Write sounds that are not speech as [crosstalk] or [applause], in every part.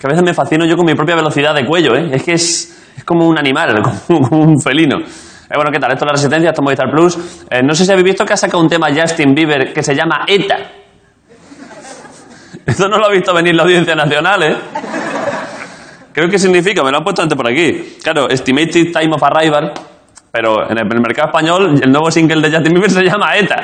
que a veces me fascino yo con mi propia velocidad de cuello, ¿eh? Es que es, es como un animal, [laughs] como, como un felino. Eh, bueno, ¿qué tal? Esto es La Resistencia, esto es Movistar Plus. Eh, no sé si habéis visto que ha sacado un tema Justin Bieber que se llama ETA. [laughs] Esto no lo ha visto venir la Audiencia Nacional, ¿eh? Creo que significa, me lo han puesto antes por aquí. Claro, Estimated Time of Arrival, pero en el, en el mercado español el nuevo single de Justin Bieber se llama ETA.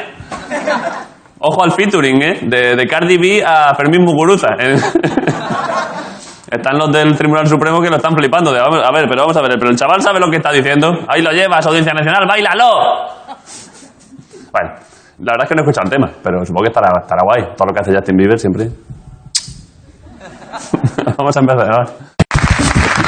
Ojo al featuring, ¿eh? De, de Cardi B a Fermín Muguruza. ¿eh? [laughs] Están los del Tribunal Supremo que lo están flipando. de, vamos- a ver, pero vamos a ver, pero el chaval sabe lo que está diciendo. Ahí lo llevas, Audiencia Nacional, bailalo. Bueno, la verdad es que no he escuchado el tema, pero supongo que estará, estará guay. Todo lo que hace Justin Bieber siempre. [laughs] vamos a empezar. va.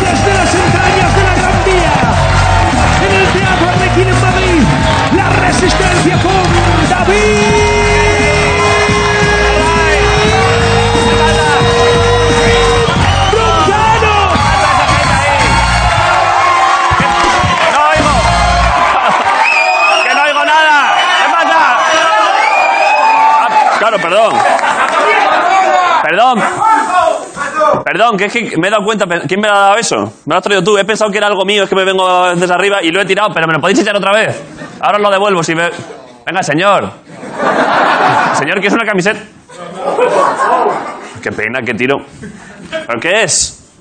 Desde las entrañas de la Gran Vía, en el Teatro Arlequín en Madrid, la resistencia con David Broncano. ¡No oigo! ¡Que no oigo nada! ¿Qué pasa? Ah, claro, perdón. Perdón. Perdón, que es que me he dado cuenta. pe- ¿Quién me lo ha dado eso? Me lo has traído tú. He pensado que era algo mío, es que me vengo desde arriba y lo he tirado, pero me lo podéis echar otra vez. Ahora os lo devuelvo si me. Venga, señor. Señor, ¿qué es una camiseta? Qué pena, qué tiro. ¿Pero qué es?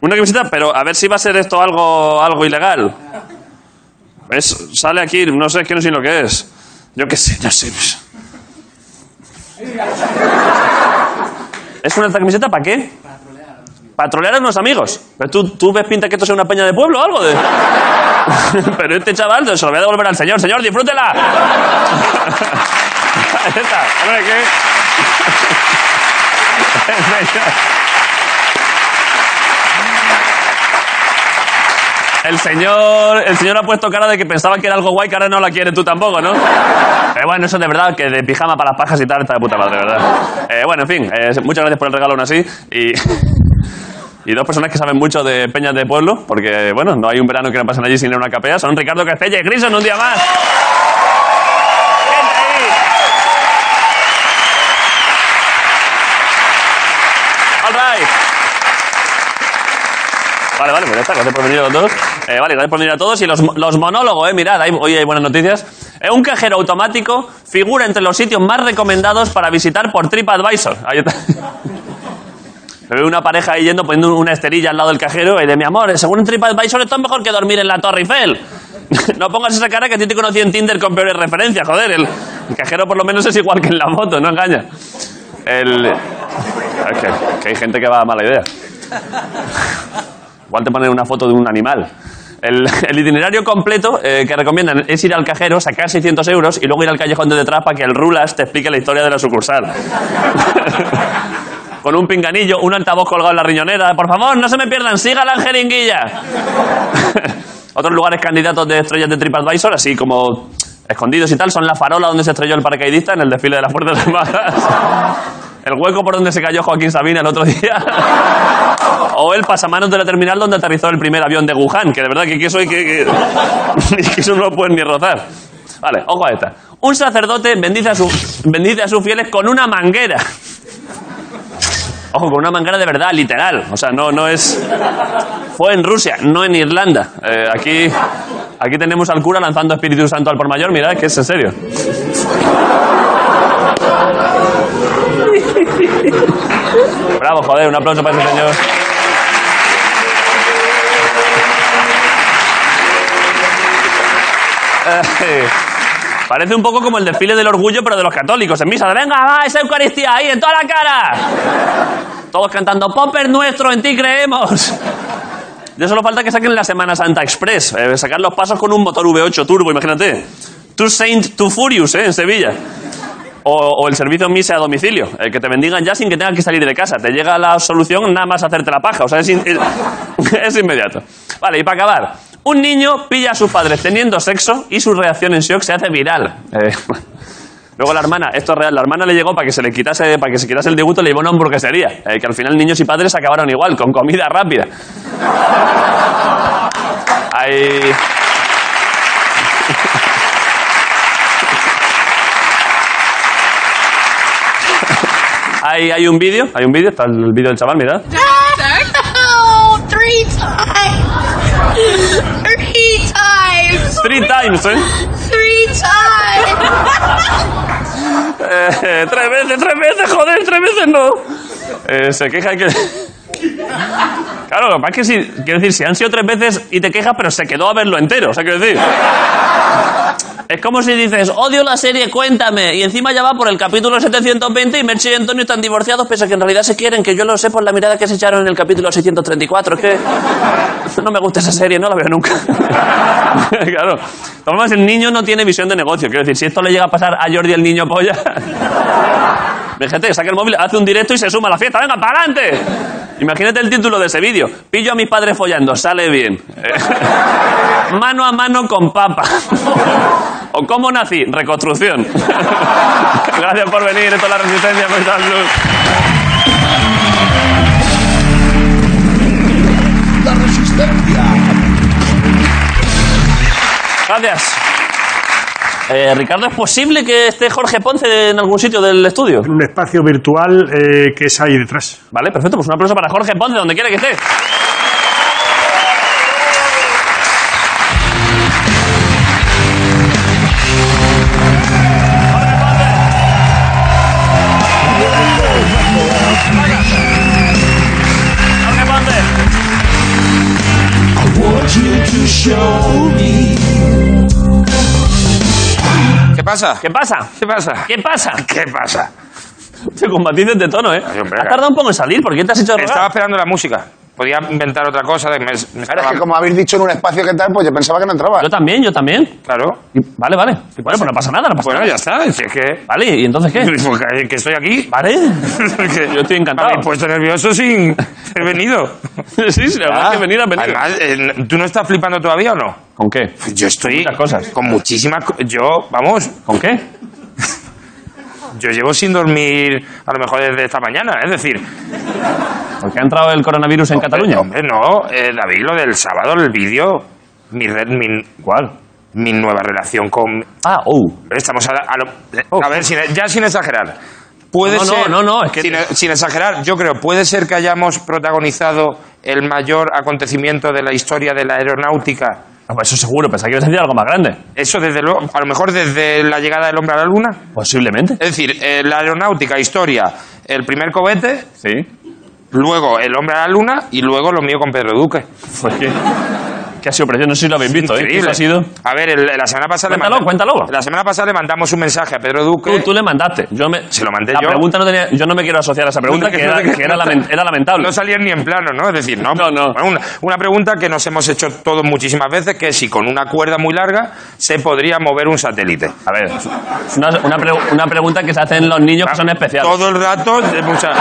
Una camiseta, pero a ver si va a ser esto algo, algo ilegal. ¿Ves? Sale aquí, no sé, es que no sé lo que es. Yo qué sé, no sé. ¿Es una camiseta para qué? Para trolear a unos amigos. ¿Pero tú, tú ves pinta que esto sea una peña de pueblo o algo? De... [laughs] pero este chaval se lo voy a devolver al señor. Señor, disfrútela. [laughs] Ahí está. Hombre, [laughs] ¿qué? El señor, el señor ha puesto cara de que pensaba que era algo guay que ahora no la quieres tú tampoco, ¿no? Eh, bueno, eso de verdad, que de pijama para las pajas y tal está de puta madre, ¿verdad? Eh, bueno, en fin, eh, muchas gracias por el regalo aún así. Y, y dos personas que saben mucho de peñas de pueblo, porque, bueno, no hay un verano que no pasen allí sin ir a una capea, son Ricardo Castella y Grison un día más. Gente ahí. All right. Vale, vale, pues ya está, gracias por venir a los dos. Eh, vale, gracias por venir a todos. Y los, los monólogos, eh, mirad, hay- hoy hay buenas noticias. Eh, un cajero automático figura entre los sitios más recomendados para visitar por TripAdvisor. Ahí está. [laughs] Me veo una pareja ahí yendo poniendo una esterilla al lado del cajero y de mi amor, según TripAdvisor esto es mejor que dormir en la Torre Eiffel. [laughs] No pongas esa cara que a ti te conocí en Tinder con peores referencias, joder. El, el cajero por lo menos es igual que en la moto, no engaña. El, es que- que hay gente que va a mala idea. Igual te ponen una foto de un animal. El, [laughs] el itinerario completo eh, que recomiendan es ir al cajero, sacar 600 euros y luego ir al callejón de detrás para que el Rulas te explique la historia de la sucursal. [laughs] Con un pinganillo, un altavoz colgado en la riñonera. Por favor, no se me pierdan, siga la jeringuilla. [laughs] Otros lugares candidatos de estrellas de TripAdvisor, así como escondidos y tal, son la farola donde se estrelló el paracaidista en el desfile de las Fuerzas [laughs] Armadas. El hueco por donde se cayó Joaquín Sabina el otro día. [laughs] O el pasamanos de la terminal donde aterrizó el primer avión de Wuhan, que de verdad que, que eso hay que, [laughs] que- que eso no lo pueden ni rozar. Vale, ojo a esta. Un sacerdote bendice a, su, bendice a sus fieles con una manguera. Ojo, con una manguera de verdad, literal. O sea, no, no es... Fue en Rusia, no en Irlanda. Eh, aquí, aquí tenemos al cura lanzando Espíritu Santo al por mayor. Mirad, que es en serio. Bravo, joder, un aplauso para ese señor. Eh, Parece un poco como el desfile del orgullo, pero de los católicos. En misa, de, venga, va, esa Eucaristía ahí, en toda la cara. Todos cantando, Popper nuestro, en ti creemos. Ya solo falta que saquen la Semana Santa Express. eh, sacar los pasos con un motor V8 turbo, imagínate. Two Saint, Two Furious, eh, en Sevilla. O, o el servicio misa a domicilio, eh, que te bendigan ya sin que tengas que salir de casa. Te llega la solución nada más hacerte la paja. O sea, es, in- [laughs] es- es inmediato. Vale, y para acabar, un niño pilla a sus padres teniendo sexo y su reacción en shock se hace viral. Eh, [laughs] Luego la hermana, esto es real, la hermana le llegó para que se le quitase, para que se quitase el disgusto, le llevó a una hamburguesería. eh, que al final niños y padres acabaron igual, con comida rápida. Hay... hay, hay un vídeo, hay un vídeo, está el vídeo del chaval, mirad. [laughs] No, Oh, three times. Three Three times. times, ¿eh? Three times. Eh, tres veces, tres veces, joder, tres veces no. Eh, se queja que. Claro, lo que pasa es que si, quiero decir, si han sido tres veces y te quejas, pero se quedó a verlo entero, o sea, quiero decir. Es como si dices, odio la serie, cuéntame, y encima ya va por el capítulo 720 y Merche y Antonio están divorciados, pese a que en realidad se quieren, que yo lo sé por la mirada que se echaron en el capítulo 634. Es que no me gusta esa serie, no la veo nunca. [laughs] claro. De todas formas, el niño no tiene visión de negocio. Quiero decir, si esto le llega a pasar a Jordi el niño polla... Ve, gente, saca el móvil, hace un directo y se suma a la fiesta. ¡Venga, para adelante! Imagínate el título de ese vídeo. Pillo a mis padres follando, sale bien. [laughs] Eh, mano a mano con papa. [laughs] ¿O cómo nací? Reconstrucción. [laughs] Gracias por venir, esto es La Resistencia, pues, por estar luz. La resistencia. Gracias. Eh, Ricardo, ¿es posible que esté Jorge Ponce en algún sitio del estudio? Un espacio virtual eh, que es ahí detrás. Vale, perfecto. Pues un aplauso para Jorge Ponce, donde quiera que esté. Jorge Ponce. I want you to show me. ¿Qué pasa? ¿Qué pasa? ¿Qué pasa? ¿Qué pasa? ¿Qué pasa? Te combatices de tono, ¿eh? hombre, Has tardado un poco en salir, ¿por qué te has hecho rogar? Estaba esperando la música. Podía inventar otra cosa. me- me Claro, es estaba- que como habéis dicho en un espacio que tal, pues yo pensaba que no entraba. Yo también, yo también. Claro. Vale, vale. Bueno, pues no pasa nada, no pasa Bueno, nada. ya está. Si es que... [laughs] Vale, ¿y entonces qué? [laughs] Que estoy aquí. Vale. [laughs] Yo estoy encantado. Me habéis puesto nervioso sin haber venido. sí, sí, la verdad es que venir, has venido. Además, eh, ¿tú no estás flipando todavía o no? Pues ¿Con qué? Yo estoy Muchas cosas. con muchísimas... co- Yo, vamos, ¿Con qué? yo llevo sin dormir a lo mejor desde esta mañana. ¿eh? Es decir, Porque ha entrado el coronavirus en Cataluña. hombre, no, eh, David, lo del sábado, el vídeo, mi, red, mi, ¿Cuál? mi nueva relación con... Ah, oh. Estamos a, a lo- a ver, sin- ya sin exagerar. Puede No, no, ser, no, no, es que- sin, sin exagerar, yo creo, puede ser que hayamos protagonizado el mayor acontecimiento de la historia de la aeronáutica. Ah, pues Eso seguro, pensaba que ibas a decir algo más grande. Eso desde luego, a lo mejor desde la llegada del hombre a la luna. Posiblemente. Es decir, eh, la aeronáutica, historia, el primer cohete, Sí. luego el hombre a la luna y luego lo mío con Pedro Duque. Pues que. Que ha sido precioso, no sé si lo habéis visto, ¿eh? Que Increíble. Eso ha sido. A ver, el- la semana pasada... le Cuéntalo, cuéntalo. La semana pasada le mandamos un mensaje a Pedro Duque. Tú, tú le mandaste. Yo me, Se lo mandé la yo. pregunta no tenía. Yo no me quiero asociar a esa pregunta, No te- que, no era, te- que era, lamen- era lamentable. No salían ni en plano, ¿no? Es decir, no. No, no. Bueno, una, una pregunta que nos hemos hecho todos muchísimas veces, que es si con una cuerda muy larga se podría mover un satélite. A ver, es una, una pre- una pregunta que se hacen los niños que son especiales. Todo el rato, de mucha-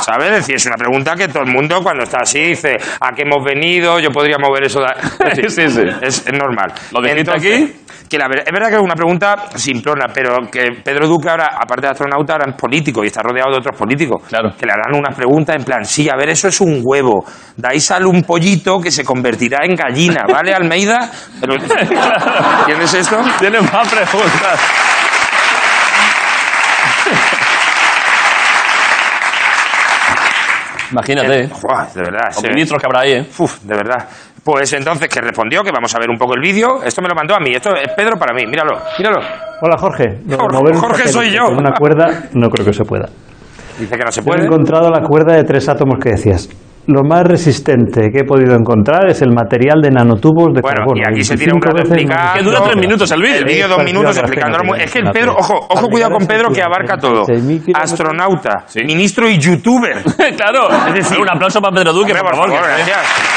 ¿sabes? Es decir, es una pregunta que todo el mundo cuando está así dice, ¿a qué hemos venido? Yo podría mover [laughs] eso. de-". Es decir, Sí, sí. Es, es normal. Lo dijiste aquí... Que la ver- es verdad que es una pregunta simplona, pero que Pedro Duque ahora, aparte de astronauta, ahora es político y está rodeado de otros políticos. Claro. Que le harán unas preguntas en plan, sí, a ver, eso es un huevo. De ahí sale un pollito que se convertirá en gallina, ¿vale, Almeida? [laughs] Pero- ¿Entiendes esto? Tiene más preguntas. Imagínate, ¿eh? Buah, de verdad. Los se- ministros que habrá ahí, ¿eh? Uf, de verdad. Pues entonces que respondió, que vamos a ver un poco el vídeo. Esto me lo mandó a mí, esto es Pedro para mí, míralo, míralo. Hola Jorge. Lo de Jorge- mover un Jorge satélite soy yo. Con una cuerda no creo que se pueda. Dice que no se Yo he puede. encontrado la cuerda de tres átomos que decías. Lo más resistente que he podido encontrar es el material de nanotubos de Bueno, carbono. y aquí se tira un 25 rato veces más explicando. Que dura tres minutos el vídeo. El vídeo dos Partido minutos de la explicándolo. pena, muy- Es que el la Pedro, pena. ojo, ojo, Aplicar cuidado con esa Pedro que cultura, abarca todo. 36.000 kilómetros. Astronauta, Sí. ministro [laughs] y youtuber. claro. Es decir- un aplauso para Pedro Duque, Hombre, por favor. que- gracias.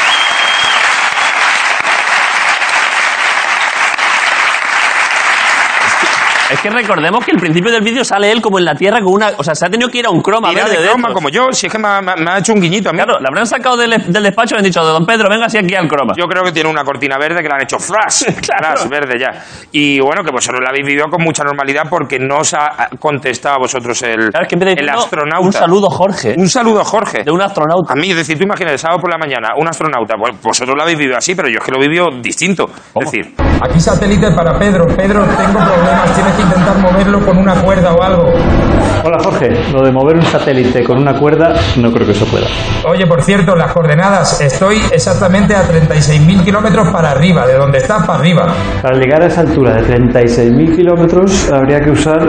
Es que recordemos que al principio del vídeo sale él como en la Tierra con una... O sea, se ha tenido que ir a un croma Mira verde de de croma estos. como yo, si es que me ha, me ha- me ha hecho un guiñito a mí. Claro, le habrán sacado del, del despacho y han dicho, don Pedro, venga así aquí al croma. Yo creo que tiene una cortina verde que la han hecho [laughs] flash, Claro. flash verde ya. Y bueno, que vosotros la habéis vivido con mucha normalidad porque no os ha contestado a vosotros el, Claro, es que en vez de decir, el no, astronauta. Un saludo, Jorge, Un saludo, Jorge. de un astronauta. A mí, es decir, tú imaginas el sábado por la mañana un astronauta. Bueno, vosotros lo habéis vivido así, pero yo es que lo vivido distinto. Es decir, Aquí satélite para Pedro. Pedro, tengo problemas. Tienes que intentar moverlo con una cuerda o algo. Hola Jorge, lo de mover un satélite con una cuerda no creo que eso pueda. Oye, por cierto, las coordenadas. Estoy exactamente a 36.000 kilómetros para arriba, de donde estás para arriba. Para llegar a esa altura de 36.000 kilómetros habría que usar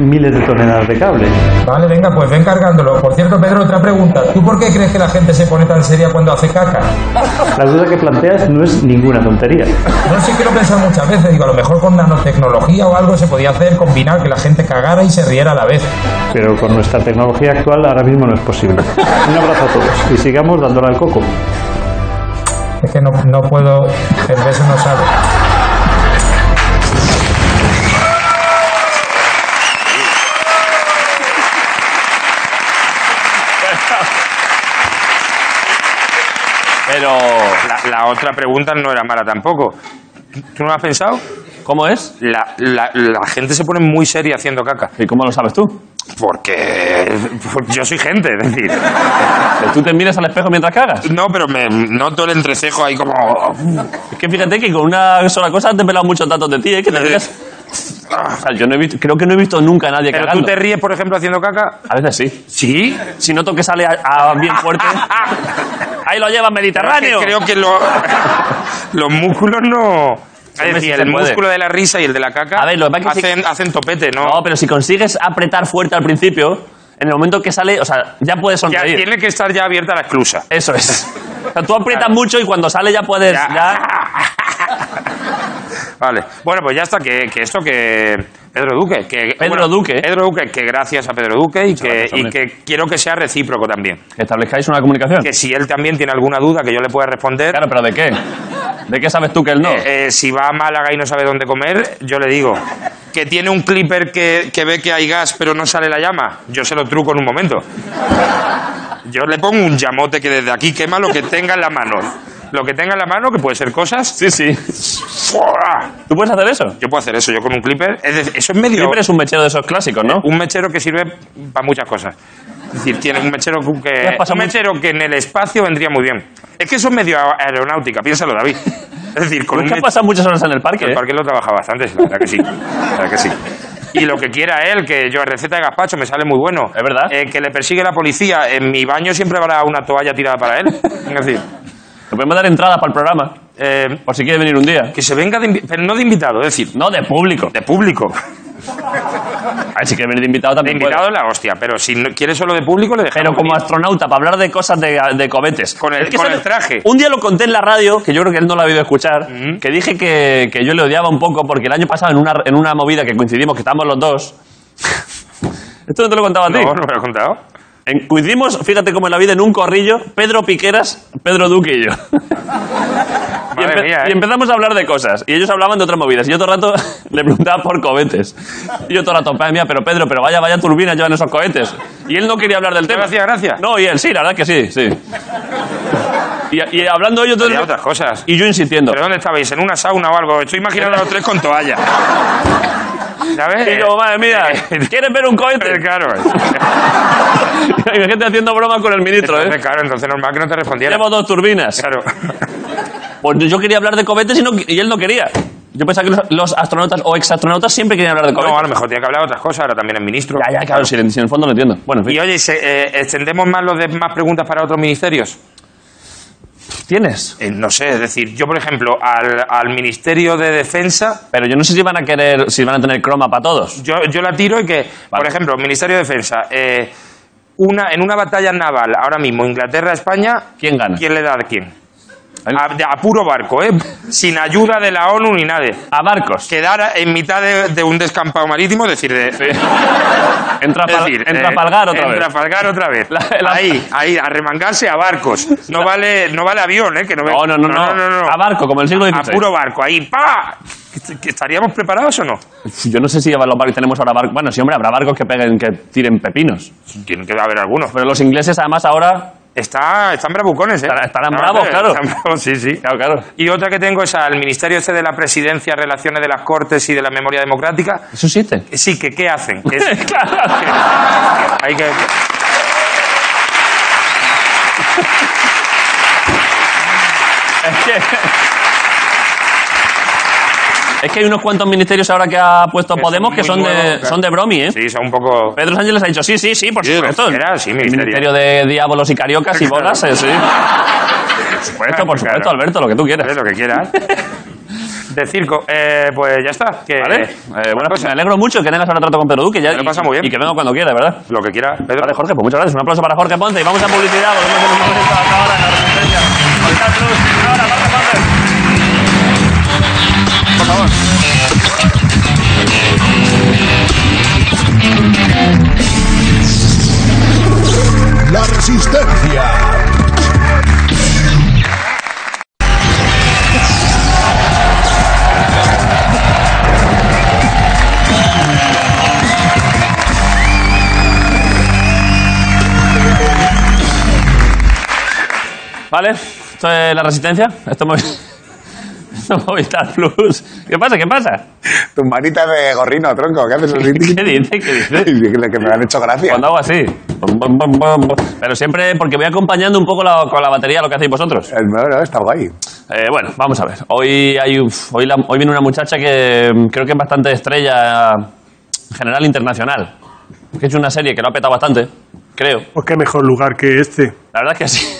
miles de toneladas de cable. Vale, venga, pues ven cargándolo. Por cierto, Pedro, otra pregunta. ¿Tú por qué crees que la gente se pone tan seria cuando hace caca? La duda que planteas no es ninguna tontería. No sé que lo he pensado muchas veces. Digo, a lo mejor con nanotecnología o algo se podía hacer, combinar que la gente cagara y se riera a la vez. Pero con nuestra tecnología actual ahora mismo no es posible. Un abrazo a todos y sigamos dándole al coco. Es que no, no puedo... El beso no sale. Pero. La, la otra pregunta no era mala tampoco. ¿Tú no lo has pensado? ¿Cómo es? La, la- la gente se pone muy seria haciendo caca. ¿Y cómo lo sabes tú? Porque [laughs] pues, yo soy gente, es decir. ¿Tú te miras al espejo mientras cagas? No, pero me noto el entrecejo ahí como... Es que fíjate que con una sola cosa te he pelado muchos datos de ti, ¿eh? Que te rías. O sea, yo no he visto, creo que no he visto nunca a nadie ¿Pero tú cagando. te ríes, por ejemplo, haciendo caca? A veces sí. Sí. Si noto que sale a- a bien [laughs] fuerte. Ahí lo llevas, Mediterráneo. creo que lo- [laughs] los músculos no... Es Hombre, sí decir, se el puede. músculo de la risa y el de la caca A ver, lo que pasa es que sí- hacen, hacen topete, ¿no? No, pero si consigues apretar fuerte al principio, en el momento que sale, o sea, ya puedes Ya sonreír. tiene que estar ya abierta la esclusa. Eso [laughs] es. O sea, tú aprietas mucho y cuando sale ya puedes. Ya. ya- [laughs] Vale. Bueno, pues ya está, que, que esto que... Pedro Duque. Que, Pedro bueno, Duque. Pedro Duque, que gracias a Pedro Duque y, que, gracias, y hombre. que quiero que sea recíproco también. Que establezcáis una comunicación. Que si él también tiene alguna duda que yo le pueda responder, Claro, pero ¿de qué? ¿De qué sabes tú que él no? eh, eh, si va a Málaga y no sabe dónde comer, yo le digo que tiene un clipper que, que ve que hay gas pero no sale la llama, yo se lo truco en un momento. Yo le pongo un llamote que desde aquí quema lo que tenga en la mano. Lo que tenga en la mano, que puede ser cosas. Sí, sí. ¡fua! ¿Tú puedes hacer eso? Yo puedo hacer eso, yo con un clipper. Es decir, eso es medio. Siempre eres un mechero de esos clásicos, ¿no? Eh, Un mechero que sirve para muchas cosas. Es decir, tiene un mechero Te has que, pasado un mechero que en el espacio vendría muy bien. Es que eso es medio a- aeronáutica, piénsalo, David. Es decir, con Pues que has un mechero pasado muchas horas en el parque. el ¿eh? parque lo trabaja bastante, la verdad que sí. La verdad que sí. Y lo que quiera él, que yo receta de gazpacho me sale muy bueno. Es verdad. Eh, que le persigue la policía. En mi baño siempre habrá una toalla tirada para él. Es decir, Te podemos dar entradas para el programa. eh, Por si quieres venir un día. que se venga de invi- pero no de invitado, es decir, No, de público. de público. A ver, si quieres venir de invitado De también. invitado puedes. es la hostia, pero si no- quiere solo de público le dejamos. Pero como venir. astronauta, para hablar de cosas de, de cohetes. Con el- Es que con eso- el traje. Un día lo conté en la radio, que yo creo que él no lo ha oído escuchar, que dije que, que yo le odiaba un poco porque el año pasado en una, en una movida que coincidimos, que estábamos los dos. [laughs] Esto no te lo contaba a ti. No, no me lo he contado. En- coincidimos, fíjate cómo en la vida, en un corrillo, Pedro Piqueras, Pedro Duque y yo. [laughs] Y, Madre empe- mía, ¿eh? y empezamos a hablar de cosas. Y ellos hablaban de otras movidas. Y yo todo el rato [laughs] le preguntaba por cohetes. Y yo todo el rato, madre mía, pero Pedro, pero vaya, vaya turbina llevan esos cohetes. Y él no quería hablar del tema. hacía gracia? No, y él sí, la verdad que sí, sí. Y, y hablando ellos... todo el Había rato- otras cosas. Y yo insistiendo. ¿Pero dónde estabais? ¿En una sauna o algo? Estoy imaginando a los tres con toalla. ¿Sabes? Y como, madre [laughs] mía, ¿quieres ver un [laughs] Eh, cohete? Claro. Y la gente haciendo bromas con el ministro, Entonces, ¿eh? Claro, entonces normal que no te respondiera. Tenemos dos turbinas. Claro. Pues yo quería hablar de cohetes y, no- y él no quería. Yo pensaba que los, los astronautas o exastronautas siempre querían hablar de cohetes. No, a lo mejor tiene que hablar de otras cosas, ahora también es ministro. ya, ya, claro, si en, si en el fondo no entiendo. Bueno, en fin. Y oye, ¿se- eh, ¿extendemos más los de más preguntas para otros ministerios? ¿Tienes? Eh, no sé, es decir, yo, por ejemplo, al, al Ministerio de Defensa, Pero yo no sé si van a querer, si van a tener croma para todos. yo, yo la tiro y que, por ejemplo, Ministerio de Defensa, eh, una, en una batalla naval, ahora mismo, Inglaterra-España, ¿Quién gana? ¿quién le da a quién? El- A, de- a puro barco, ¿eh? Sin ayuda de la ONU ni nadie. A barcos. Quedar en mitad de, de un descampado marítimo, es decir, [laughs] de, Entra, Es Fal- decir, entra eh, Falgar otra en vez. Trafalgar otra vez. La- la- Ahí, ahí, arremangarse a barcos. No vale, no vale avión, ¿eh? Que no, ve- No, no, no, no, no, no. A barco, como el siglo A XVI. puro barco, ahí, ¡pa! ¿Que- que ¿Estaríamos preparados o no? Yo no sé si los barcos tenemos ahora barcos. Bueno, sí, hombre, habrá barcos que peguen, que tiren pepinos. Tiene que haber algunos. Pero los ingleses, además, ahora. Está, están bravucones, ¿eh? Estarán- estarán No, bravos, eh, claro. Están bravos, sí, sí. Claro, claro. Y otra que tengo es al Ministerio este de la Presidencia, Relaciones de las Cortes y de la Memoria Democrática. Eso existe. Sí, que ¿qué [laughs] hacen? Que es- claro. hay que... Es que hay unos cuantos ministerios ahora que ha puesto Que Podemos son que muy son de, nuevos, claro. son de bromi, ¿eh? Sí, son un poco. Pedro Sánchez les ha dicho, sí, sí, sí, por Sí, supuesto. era, sí, El ministerio. ministerio de diablos y cariocas y bolas, eh, sí. Por supuesto, por supuesto, Claro. Alberto, lo que tú Haz quieras. lo que quieras. De circo. Eh, pues ya está. Que, ¿Vale? eh, bueno, buena cosa. me alegro mucho que tengas ahora trato con Pedro Duque. Ya, Me lo y- pasa muy bien. Y que venga cuando quiera, de ¿verdad? Lo que quiera, Pedro. Vale, Jorge, pues muchas gracias. Un aplauso para Jorge Ponte y vamos a publicidad. Volvemos con un momento hasta ahora en la resistencia. Con Star Plus. Ahora, Jorge Ponte. Por favor. La resistencia. Vale, esto es la resistencia. Esto es Movi- [laughs] esto es Movistar Plus. ¿Qué pasa? ¿Qué pasa? Tus manitas de gorrino, tronco. ¿Qué haces así? [laughs] ¿Qué dice? ¿Qué dice? Que me han hecho gracia. Cuando hago así. Bom, bom, bom, bom, bom. Pero siempre porque voy acompañando un poco la- con la batería lo que hacéis vosotros. Eh, No, no, está guay. Eh, bueno, vamos a ver. Hoy, hay, uf, hoy, la- hoy viene una muchacha que mm, creo que es bastante estrella en general internacional. Que ha hecho una serie que lo ha petado bastante, creo. Pues qué mejor lugar que este. La verdad es que sí.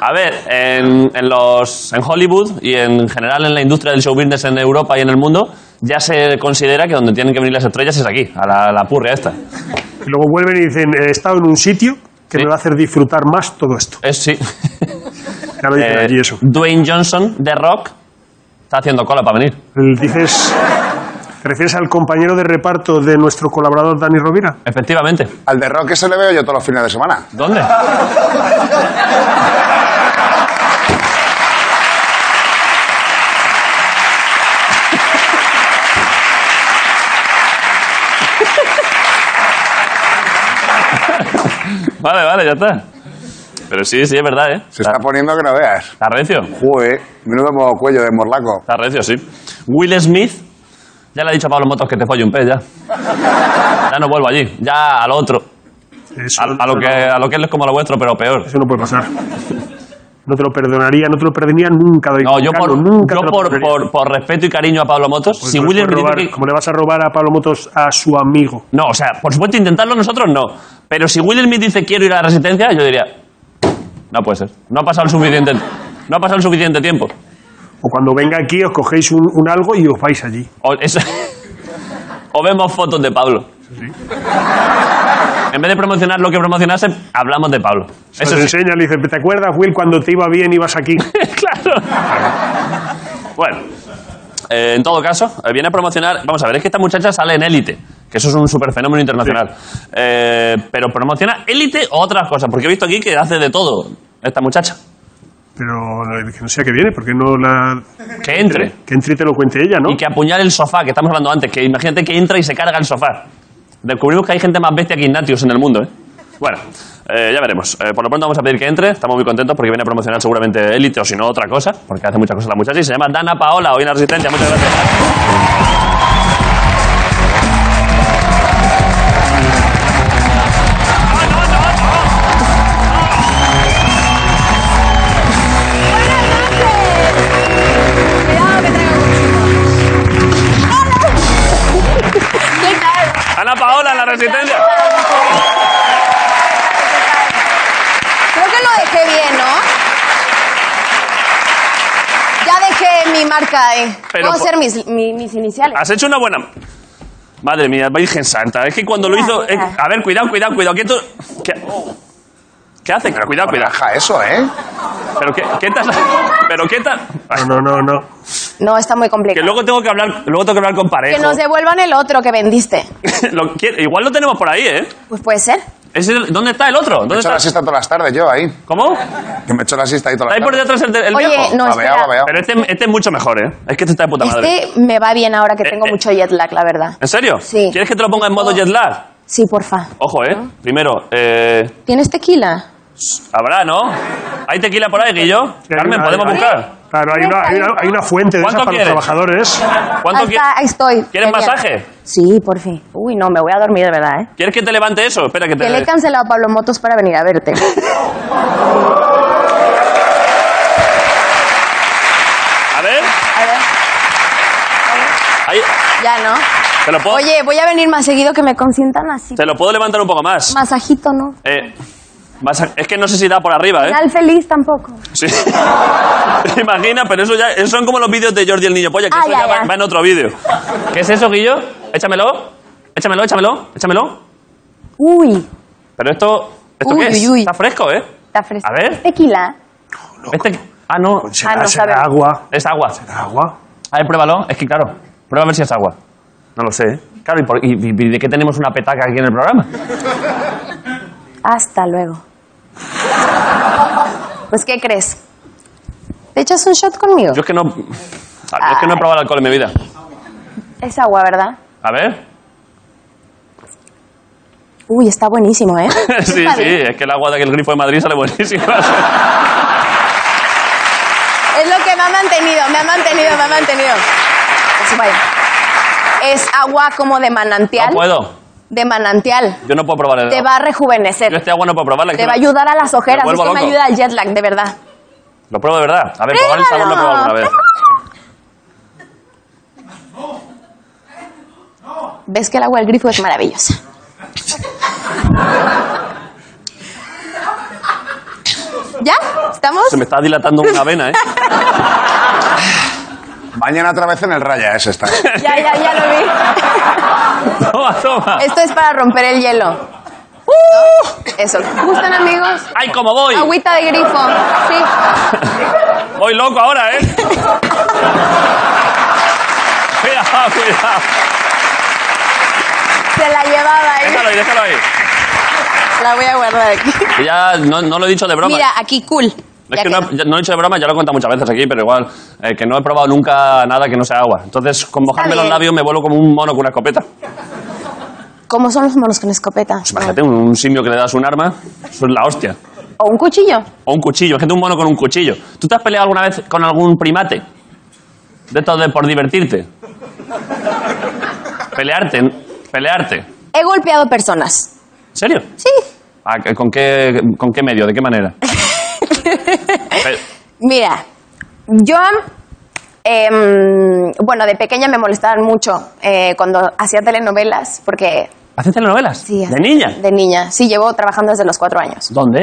A ver, en, en los, en Hollywood y en general en la industria del show business en Europa y en el mundo, ya se considera que donde tienen que venir las estrellas es aquí, a la, a la purria esta. Y luego vuelven y dicen, he estado en un sitio que Sí. me va a hacer disfrutar más todo esto. Es sí. Ya lo dicen Eh, allí eso. Dwayne Johnson, de Rock, está haciendo cola para venir. El- Dices, ¿te refieres al compañero de reparto de nuestro colaborador Dani Rovira? Efectivamente. Al de rock, eso le veo yo todos los fines de semana. ¿Dónde? vale, vale, ya está. Pero sí, sí, es verdad, ¿eh? Se está poniendo que no veas. Está recio, Jue, menudo mo- cuello de morlaco. está recio, sí. Will Smith, ya le ha dicho a Pablo Motos que te folle un pez, ya. Ya no vuelvo allí, ya al otro. Eso, A, a lo, que, a lo que es como lo vuestro, pero peor. eso no puede pasar. No te lo perdonaría, no te lo perdonaría nunca. David No, yo, Carlos, por, nunca yo te lo por, por, perdonaría. por respeto y cariño a Pablo Motos, Pues si no le Will puedes Smith robar- dice que- Como le vas a robar a Pablo Motos a su amigo. No, o sea, por supuesto intentarlo nosotros no. Pero si Will Smith dice quiero ir a la resistencia, yo diría. No puede ser. No ha pasado el suficiente. No ha pasado el suficiente tiempo. O cuando venga aquí os cogéis un, un algo y os vais allí. O, es- [laughs] o vemos fotos de Pablo. En vez de promocionar lo que promocionase, hablamos de Pablo. Eso Os sí. enseña, le dice, ¿te acuerdas, Will, cuando te iba bien ibas aquí? [laughs] claro. Bueno, eh, en todo caso, eh, viene a promocionar. Vamos a ver, es que esta muchacha sale en Élite, que eso es un super fenómeno internacional. Eh, pero promociona Élite o otras cosas, porque he visto aquí que hace de todo esta muchacha. Pero eh, que no sea que viene, porque no la... Que entre Que entre y te lo cuente ella, ¿no? y que apuñale el sofá, que estamos hablando antes, que imagínate que entra y se carga el sofá. Descubrimos que hay gente más bestia que Ignatius en el mundo, ¿eh? Bueno, eh, ya veremos. Eh, por lo pronto vamos a pedir que entre. Estamos muy contentos porque viene a promocionar seguramente Élite o si no otra cosa, porque hace muchas cosas la muchacha y se llama Dana Paola, hoy en la Resistencia. Muchas gracias. Ana Paola, la resistencia. Creo que lo dejé bien, ¿no? Ya dejé mi marca ahí. Pero Puedo por- hacer mis, mi- mis iniciales. Has hecho una buena. Madre mía, Virgen Santa. Es que cuando lo hizo. eh, a ver, cuidado, cuidado, cuidado. ¿Qué, tú- qué, qué haces? Cuidado, cuidado. Raja eso, ¿eh? Pero qué, qué tal. Pero qué tal. No, no, no, no. No, está muy Que complicado. luego tengo que hablar, luego tengo que hablar con Que pareja. nos devuelvan el otro que vendiste. igual [laughs] lo tenemos por ahí, ¿eh? Pues puede ser. Ese- ¿Dónde está el otro? Me ¿Dónde echo está? la siesta todas las tardes yo ahí. ¿Cómo? Que me echo la siesta ahí todas Está ahí las por tardes. detrás el, el Oye, viejo. no, Babeao, espera. babeao. Pero este, este es mucho mejor, ¿eh? Es que este está de puta madre. Este me va bien ahora que Eh, tengo eh. mucho jet lag, la verdad. ¿En serio? Sí. Oh. ¿Quieres que te lo ponga en modo jet lag? Sí, porfa. Ojo, ¿eh? Primero, eh, ¿Tienes tequila? habrá, ¿no? ¿Hay tequila por ahí, Guillo? Carmen, Hay una- ¿podemos hay- buscar? Claro, hay una, hay una, hay una fuente de ¿Cuánto esas para quieres? los [laughs] trabajadores. ¿Cuánto Ahí qui- está, ahí estoy. ¿Quieres Genial. masaje? Sí, por fin. Uy, no, me voy a dormir de verdad, ¿eh? ¿Quieres que te levante eso? Espera que te... Que le he cancelado a Pablo Motos para venir a verte. A ver, A ver. [laughs] Ya, ¿no? Te lo puedo, Oye, voy a venir más seguido que me consientan así. te lo puedo levantar un poco más. Masajito, ¿no? Eh, vas a- es que no sé si da por arriba, ¿eh? Final feliz tampoco. Sí. [laughs] Te imaginas, pero eso ya esos son como los vídeos de Jordi el Niño Polla, que Ah, eso ya, ya va, ya. va en otro vídeo. ¿Qué es eso, Guillo? Échamelo. Échamelo, échamelo, échamelo. Uy, Pero esto, ¿esto Uy, qué es? uy, uy. Está fresco, ¿eh? está fresco. A ver. Tequila. Este- ah, no, Pues Será, Ah, no será sabe. agua. es agua. Agua. A ver, pruébalo. Es que, claro, prueba a ver si es agua. No lo sé. ¿eh? Claro, ¿y, por- y- y- y de qué tenemos una petaca aquí en el programa? Hasta luego. Pues, ¿qué crees? ¿Te echas un shot conmigo? Yo es que no... Ah, Es que no he probado el alcohol en mi vida. Es agua, ¿verdad? A ver. Uy, está buenísimo, ¿eh? [laughs] Sí, Está sí, bien. es que el agua de aquel grifo de Madrid sale [laughs] buenísima. Es lo que me ha mantenido, me ha mantenido, me ha mantenido. Pues, vaya. Es agua como de manantial. No puedo. De manantial. Yo no puedo probar el Te va a rejuvenecer. Yo este agua no puedo probarla. Te va a ayudar a las ojeras. Me vuelvo Esto me loco. ayuda al jet lag, de verdad. Lo pruebo de verdad. A ver, probar el sabor lo he probado alguna vez. Ves que el agua del grifo es maravillosa. ¿Ya? ¿Estamos? Se me está dilatando una vena, ¿eh? Mañana otra vez en el raya es esta. [laughs] Ya, ya, ya lo vi. [laughs] Toma, toma. Esto es para romper el hielo. Uh. ¿No? Eso. ¿Gustan, amigos? ¡Ay, cómo voy! Agüita de grifo. Sí. Voy loco ahora, ¿eh? Cuidado, cuidado. Se la llevaba ¿eh? ahí. Déjalo ahí, déjalo ahí. La voy a guardar aquí. Que Ya no, no lo he dicho de broma. Mira, aquí cool. Es Ya que no, quedó. ya- no he dicho de broma, ya lo he contado muchas veces aquí, pero igual, eh, que no he probado nunca nada que no sea agua. Entonces, con mojarme los bien. Oh. labios me vuelvo como un mono con una escopeta. ¿Cómo son los monos con escopeta? Imagínate, un, un simio que le das un arma, eso es la hostia. ¿O un cuchillo? O un cuchillo, gente un mono con un cuchillo. ¿Tú te has peleado alguna vez con algún primate? De esto de por divertirte. Pelearte, n- pelearte. ¿En He golpeado personas. serio? Sí. Ah, ¿que- ¿con, qué, ¿Con qué medio? ¿De qué manera? Pe- Mira, yo, em, bueno, de pequeña me molestaban mucho eh, cuando hacía telenovelas, porque... [laughs] ¿Haces telenovelas? Sí, ¿De hacía- niña? De niña, sí, llevo trabajando desde los cuatro años. ¿Dónde?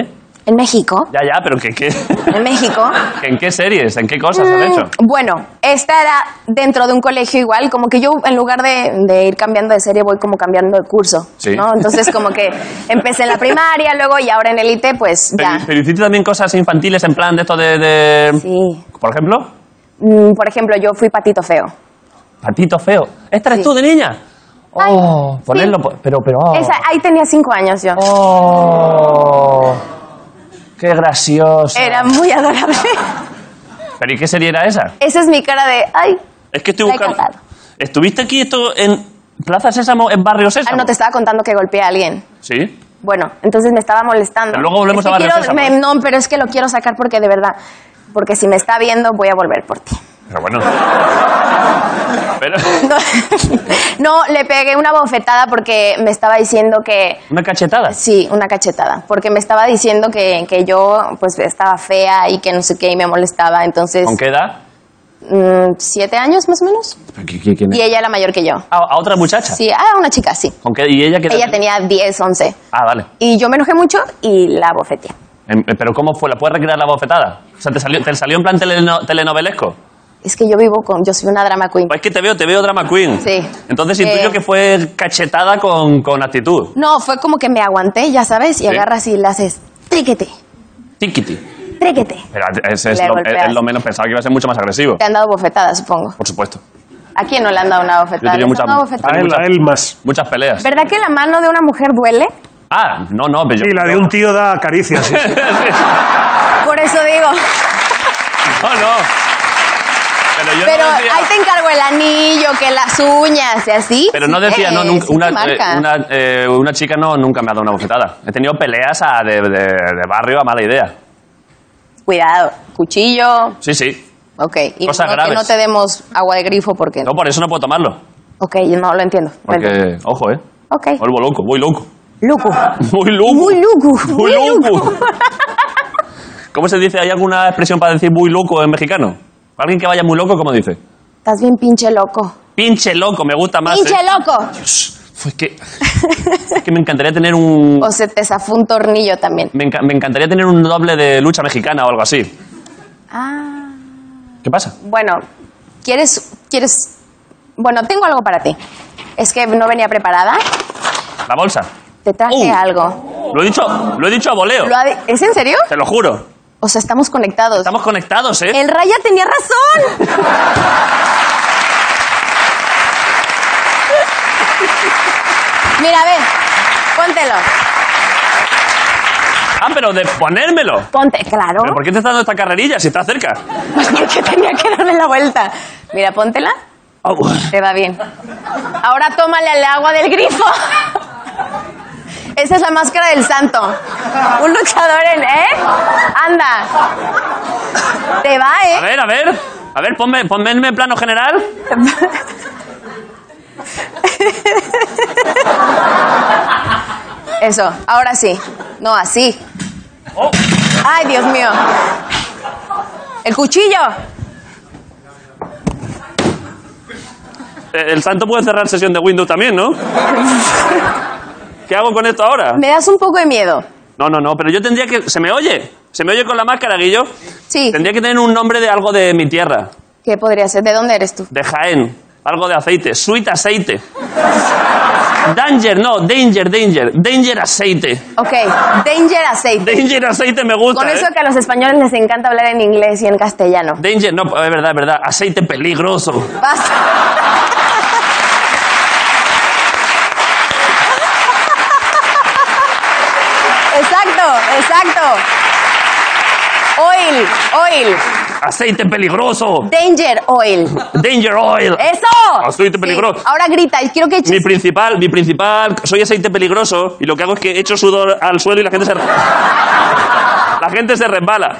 En México. Ya, ya, pero ¿qué, [laughs] qué? En México. ¿En qué series? ¿En qué cosas has Mm, hecho? Bueno, esta era dentro de un colegio igual, como que yo en lugar de, de ir cambiando de serie voy como cambiando de curso, Sí. ¿no? Entonces como que empecé en la primaria, luego y ahora en el IT, pues ya. Pero, pero hiciste también cosas infantiles en plan de esto de... de- Sí. Por ejemplo, Mm, por ejemplo, yo fui patito feo. Patito Feo. ¿Esta eres Sí. tú de niña? Ay, Oh, sí. ponerlo... po- Pero, pero... oh. Esa- ahí tenía cinco años yo. ¡Oh! ¡Qué gracioso! Era muy [laughs] adorable. Eh. ¿Pero y qué serie era esa? Esa es mi cara de, ay, Es que estoy La he buscando. cantado. ¿Estuviste aquí esto en Plaza Sésamo, en Barrio ah, Sésamo? no, te estaba contando que golpeé a alguien. Sí. Bueno, entonces me estaba molestando. Pero luego volvemos Es que a Barrio quiero- Sésamo, me- No, pero es que lo quiero sacar porque de verdad, porque si me está viendo voy a volver por ti. Pero bueno. Pero, [laughs] No, [laughs] no, le pegué una bofetada porque me estaba diciendo que... una cachetada. Sí, una cachetada, porque me estaba diciendo que, que yo pues estaba fea y que no sé qué y me molestaba, entonces... ¿Con qué edad? mm, siete años más o menos. ¿Quién Y ella era mayor que yo. ¿A, a otra muchacha? Sí, ah, una chica, sí. ¿Con qué? ¿Y ella qué edad Ella tenía 10, 11. Ah, vale. Y yo me enojé mucho y la bofeteé. Em, ¿Pero cómo fue? ¿La puedes recrear la bofetada? O sea, ¿te salió, te salió en plan teleno- telenovelesco? Es que yo vivo con... Yo soy una drama queen. Pues es que te veo, te veo drama queen. Sí. Entonces intuyo Eh. que fue cachetada con, con actitud. No, fue como que me aguanté, ya sabes, y agarras y la haces... Tríquete, Tiquiti. tríquete. Pero es, es Le lo, golpeas. es lo menos pensado que iba a ser mucho más agresivo. Te han dado bofetadas, supongo. Por supuesto. ¿A quién no le han dado una Yo he bofetada? tenido ¿Les han dado muchas, bofetadas? A él, a él más. muchas peleas. ¿Verdad que la mano de una mujer duele? Ah, no, no, pero yo. Sí, la de un tío da [laughs] caricias. sí. Por eso digo. [laughs] No, no. Pero yo Pero no decía. ahí te encargo el anillo, que las uñas y así. Pero no Sí decía, te- no, nunca. sí te una, marca. eh, una, eh, una chica no, nunca me ha dado una bofetada. He tenido peleas a- de, de- de barrio a mala idea. Cuidado, cuchillo. Sí, sí. Ok, y Cosas no, que graves. no te demos agua de grifo porque... No, por eso no puedo tomarlo. Ok, no lo entiendo. Perdón. Porque, ojo, ¿eh? Ok, Vuelvo loco, voy loco. [laughs] lucu. Muy loco. Muy lucu. Muy loco. [laughs] ¿Cómo se dice? ¿Hay alguna expresión para decir muy loco en mexicano? Alguien que vaya muy loco, ¿cómo dice? Estás bien pinche loco. Pinche loco, me gusta más. ¡Pinche eh. loco! Fue que, es que me encantaría tener [laughs] un. O se te zafó un tornillo también. Me, enca- me encantaría tener un doble de lucha mexicana o algo así. Ah. ¿Qué pasa? Bueno, ¿quieres, quieres... Bueno, tengo algo para ti. Es que no venía preparada. La bolsa. Te traje Uh. algo. Lo he dicho, lo he dicho a voleo. ¿Lo ha de- ¿Es en serio? Te lo juro. O sea, estamos conectados. Estamos conectados, ¿eh? El Raya tenía razón. Mira, ve. Póntelo. Ah, pero de ponérmelo. Ponte, claro. ¿Pero por qué te estás dando esta carrerilla si está cerca? Pues [laughs] porque tenía que darle la vuelta. Mira, póntela. Au. Te va bien. Ahora tómale al agua del grifo. Esa es la máscara del santo. Un luchador en, ¿eh? Anda. Te va, A ¿eh? ver, a ver. A ver, ponme, ponme en plano general. Eso. Ahora sí. No, así. Oh. Ay, Dios mío. El cuchillo. Eh, El santo puede cerrar sesión de Windows también, ¿no? ¿Qué hago con esto ahora? Me das un poco de miedo. No, no, no, pero yo tendría que... ¿Se me oye? ¿Se me oye con la máscara, Guillo? Sí. Tendría que tener un nombre de algo de mi tierra, ¿Qué podría ser? ¿De dónde eres tú? de Jaén, algo de aceite, sweet aceite. Danger, no, danger, danger, danger aceite. Ok. Danger aceite. Danger aceite me gusta. Con eso ¿eh? que a los españoles les encanta hablar en inglés y en castellano. Danger, no, es verdad, es verdad, aceite peligroso. Basta. Exacto, exacto. Oil, oil. Aceite peligroso. Danger oil. Danger oil. ¡Eso! Aceite Sí. Ah, peligroso. Ahora grita, y quiero que Mi eches- principal, mi principal, soy aceite peligroso y lo que hago es que echo sudor al suelo y la gente se [laughs] la gente se resbala.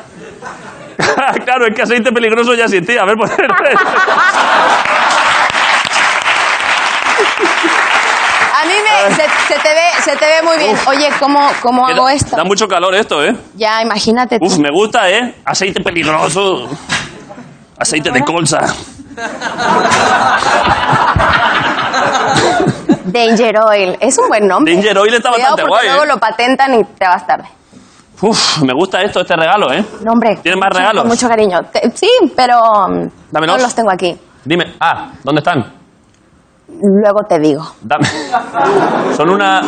[laughs] claro, es que aceite peligroso ya existía, a ver pues. A mí Ah. me, se, se te ve, se te ve muy bien. Oye, ¿cómo, cómo [laughs] hago esto? Da mucho calor esto, ¿eh? Ya, imagínate. tú. Uf, me gusta, ¿eh? Aceite peligroso. Aceite de colza. Danger oil. Es un buen nombre. Danger oil está Cuidado bastante porque guay, Luego ¿eh? lo patentan y te vas tarde. Uf, me gusta esto, este regalo, ¿eh? No, hombre. ¿Tienes más Sí, regalos? Con mucho cariño. Te- sí, pero mm, Dámelos. no los tengo aquí. Dime, ah, ¿dónde están? Luego te digo. Dame. Son una,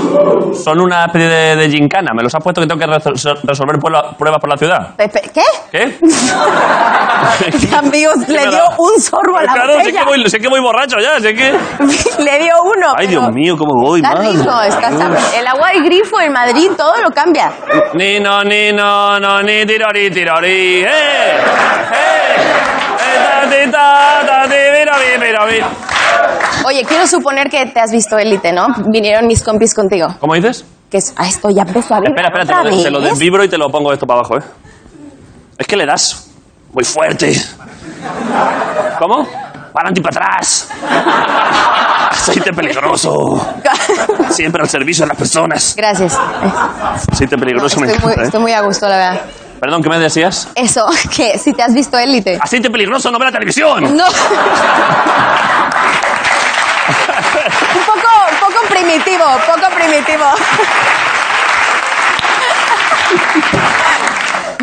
son una especie de, de gincana. Me los has puesto que tengo que resol- resolver por la- pruebas por la ciudad. Pepe- [laughs] ¿Qué? [laughs] ¿Qué? Amigos, le me dio da? un sorbo a la Claro, si es, botella. que voy, si es que voy borracho ya, si es que... [laughs] le dio uno. Ay, pero Dios mío, cómo voy, Está madre. rico, está sabroso. El agua de grifo en Madrid, todo lo cambia. Ni no, ni no, no, ni tirori, tirori. ¡Eh! ¡Eh! ¡Eh! tati, ta, tati, virori, virori. Oye, quiero suponer que te has visto élite, ¿no? Vinieron mis compis contigo. ¿Cómo dices? Que es, ah, esto ya empezó a Espera, vibrar espera, te otra lo, de- te lo vez. desvibro y te lo pongo esto para abajo, ¿eh? Es que le das muy fuerte. ¿Cómo? Para adelante y para atrás. Aceite peligroso. Siempre al servicio de las personas. [laughs] Gracias. Aceite peligroso me Estoy muy, encanta, ¿eh? estoy muy a gusto, la verdad. Perdón, ¿qué me decías? Eso, [laughs] que si te has visto élite. Aceite peligroso, no ve la televisión. No. [laughs] un poco, un poco primitivo, poco primitivo. [laughs]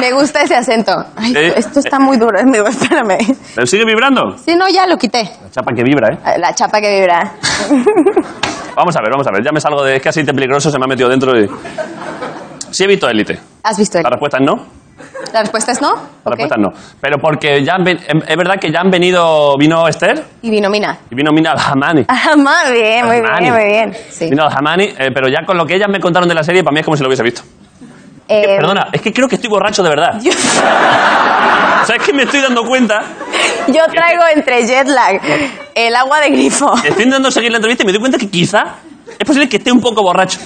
Me gusta ese acento. Ay, Eh, esto está muy duro, es muy duro, espérame. ¿Pero sigue vibrando? Si no, ya lo quité. La chapa que vibra, ¿eh? La chapa que vibra. [laughs] Vamos a ver, vamos a ver. Ya me salgo de... Es que aceite peligroso se me ha metido dentro y... Sí he visto élite. ¿Has visto el? La respuesta es no. La respuesta es no. La Ok. respuesta es no. Pero porque ya han ven- em- es verdad que ya han venido... Vino Esther Y binomina. y vino Mina Alhamani. [laughs] Ah, muy bien, muy bien, muy bien. Sí. Vino Alhamani, eh, pero ya con lo que ellas me contaron de la serie, para mí es como si lo hubiese visto. Eh, Perdona, es que creo que estoy borracho de verdad. [laughs] Yo, O sea, es que me estoy dando cuenta... yo traigo entre jet lag el agua de grifo. Estoy intentando seguir la entrevista y me doy cuenta que quizá es posible que esté un poco borracho.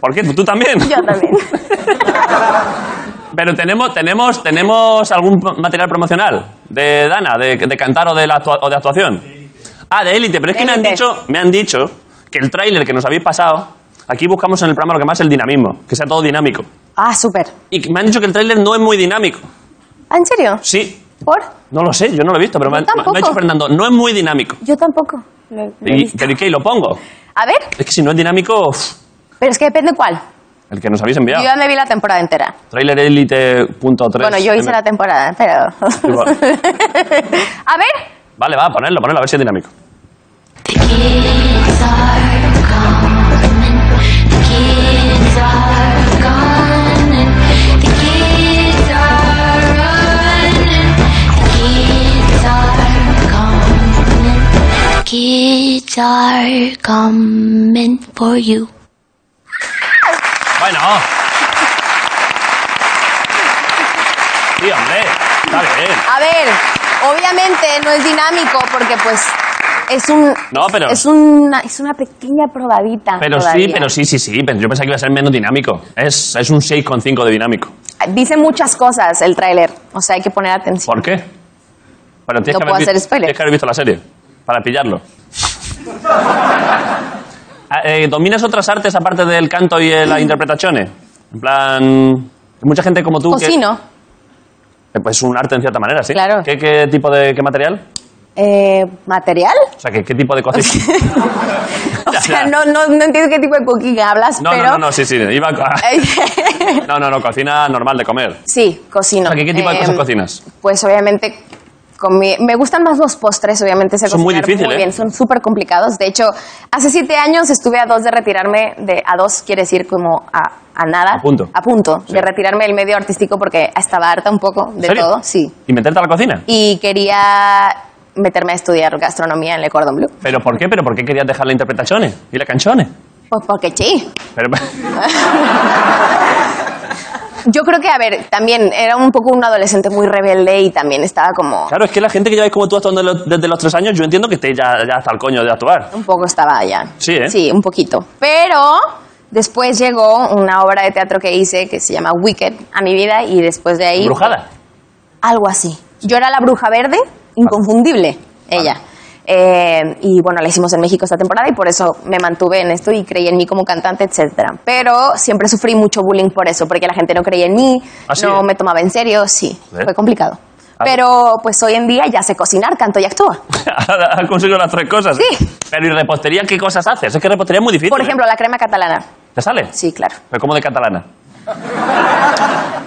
¿Por qué? Pues ¿Tú también? [laughs] Yo [laughs] también. Pero tenemos, tenemos, tenemos algún material promocional de Dana, de, de cantar o de, la actua- o de actuación. Ah, de élite, pero es que me han, Élite. dicho, me han dicho que el tráiler que nos habéis pasado, aquí buscamos en el programa lo que más es el dinamismo, que sea todo dinámico. Ah, súper. Y que me han dicho que el tráiler no es muy dinámico. Ah, ¿En serio? Sí, ¿Por? No lo sé, yo no lo he visto, pero me, ha- Yo tampoco. me ha dicho Fernando, no es muy dinámico. Yo tampoco. lo he- lo he Y, visto. pero ¿y qué? ¿Lo pongo? A ver, Es que si no es dinámico, uf, pero es que depende cuál. el que nos habéis enviado. Yo ya me vi la temporada entera. Trailer Elite.3. Bueno, yo hice la temporada, pero... Igual. [laughs] a ver, Vale, va, ponerlo, ponerlo, a ver si es dinámico. Kids are coming for you. Bueno. Sí, hombre. Está bien. a ver. Obviamente no es dinámico porque pues es un... No, pero- Es una, es una pequeña probadita. Pero sí, todavía. pero sí, sí, sí. pero Yo pensaba que iba a ser menos dinámico. Es, es un 6,5 de dinámico. Dice muchas cosas el tráiler, o sea, hay que poner atención. ¿Por qué? Bueno, tienes, No que puedo haber hacer visto, spoiler. tienes que haber visto la serie para [laughs] pillarlo. Ah, eh, ¿Dominas otras artes aparte del canto y eh, las interpretaciones? En plan... Mucha gente como tú... que- Cocino. Eh, Pues es un arte en cierta manera, sí. Claro. ¿Qué, qué tipo de qué material? Eh, [laughs] ¿Material? O sea, ¿qué, qué tipo de [laughs] cosas? o Ya, sea, ya. no, no, no entiendo qué tipo de coquilla hablas, No, no, pero... no, no, sí, sí. Iba a... No, no, no, cocina normal de comer. [laughs] sí, cocino. O Em, sea, ¿qué- qué tipo de cosas cocinas? Pues obviamente... comi- Me gustan más los postres, obviamente. sé Son muy cocinar difíciles, Muy ¿eh? bien, son súper complicados. De hecho, hace siete años estuve a dos de retirarme de... A dos quiere decir como a, a nada. A punto. A punto Sí. de retirarme del medio artístico porque estaba harta un poco de serio? todo. Sí. ¿Y meterte a la cocina? Y quería meterme a estudiar gastronomía en Le Cordon Bleu. ¿Pero por qué? ¿Pero por qué querías dejar la interpretaciones y la canciones? Pues porque sí. Pero, [laughs] Yo creo que, a ver, también era un poco un adolescente muy rebelde y también estaba como... claro, es que la gente que lleváis como tú actuando de los- desde los tres años, yo entiendo que estéis ya, ya hasta el coño de actuar. Un poco estaba allá. Sí, ¿eh? Sí, un poquito. Pero después llegó una obra de teatro que hice que se llama Wicked a mi vida y después de ahí... ¿Brujada? [laughs] Algo así. Yo era la bruja verde, inconfundible, ella. Eh, y bueno, la hicimos en México esta temporada y por eso me mantuve en esto y creí en mí como cantante, etcétera. Pero siempre sufrí mucho bullying por eso, porque la gente no creía en mí, ¿Ah, sí? no me tomaba en serio, sí, Joder. fue complicado. Ah. Pero pues hoy en día ya sé cocinar, canto y actúa. Has conseguido las tres cosas. Sí. Pero ¿y repostería qué cosas haces? Es que repostería es muy difícil. Por ¿eh? ejemplo, la crema catalana. ¿Te sale? Sí, claro. ¿Pero cómo de catalana?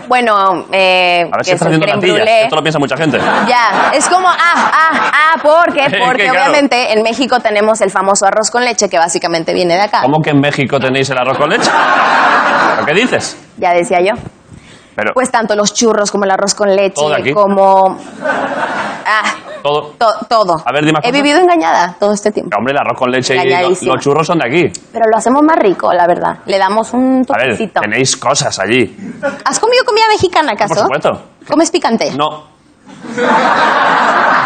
Bueno, eh, A ver si que es estás el haciendo creme natillas. brûlée. Esto lo piensa mucha gente. Ya, es como, ah, ah, [laughs] ah, porque, Es que, porque claro. obviamente en México tenemos el famoso arroz con leche que básicamente viene de acá. ¿Cómo que en México tenéis el arroz con [laughs] leche? ¿Pero qué dices? Ya decía yo. Pero Pues tanto los churros como el arroz con leche, Todo de aquí. como... Ah, todo... to- todo. A ver, di más He cosas. vivido engañada todo este tiempo. Hombre, el arroz con leche y lo- los, Engañadísima. churros son de aquí. Pero lo hacemos más rico, la verdad. Le damos un A ver, toquecito. tenéis cosas allí. ¿Has comido comida mexicana, acaso? Por supuesto. ¿Comes picante? No.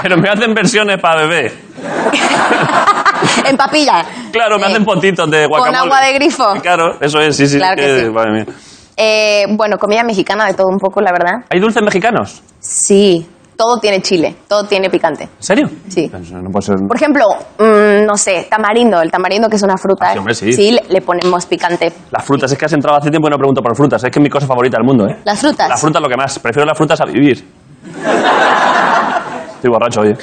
Pero me hacen versiones para bebé. [laughs] en papilla. Eh, Claro, me Sí. hacen potitos de Con guacamole. agua de grifo. Claro, eso es, sí, sí. Claro que sí. madre mía. Eh, bueno, comida mexicana de todo un poco, la verdad. ¿Hay dulces mexicanos? Sí. Todo tiene chile, todo tiene picante. ¿En serio? Sí. Pues No puede ser. Por ejemplo, mm, no sé, tamarindo. El tamarindo que es una fruta. Ah, sí, hombre, sí. le- le ponemos picante. Las frutas, es que has entrado hace tiempo y no pregunto por frutas. Es que es mi cosa favorita del mundo, ¿eh? Las frutas. Las frutas es lo que más. Prefiero las frutas a vivir. Estoy borracho, oye. [laughs]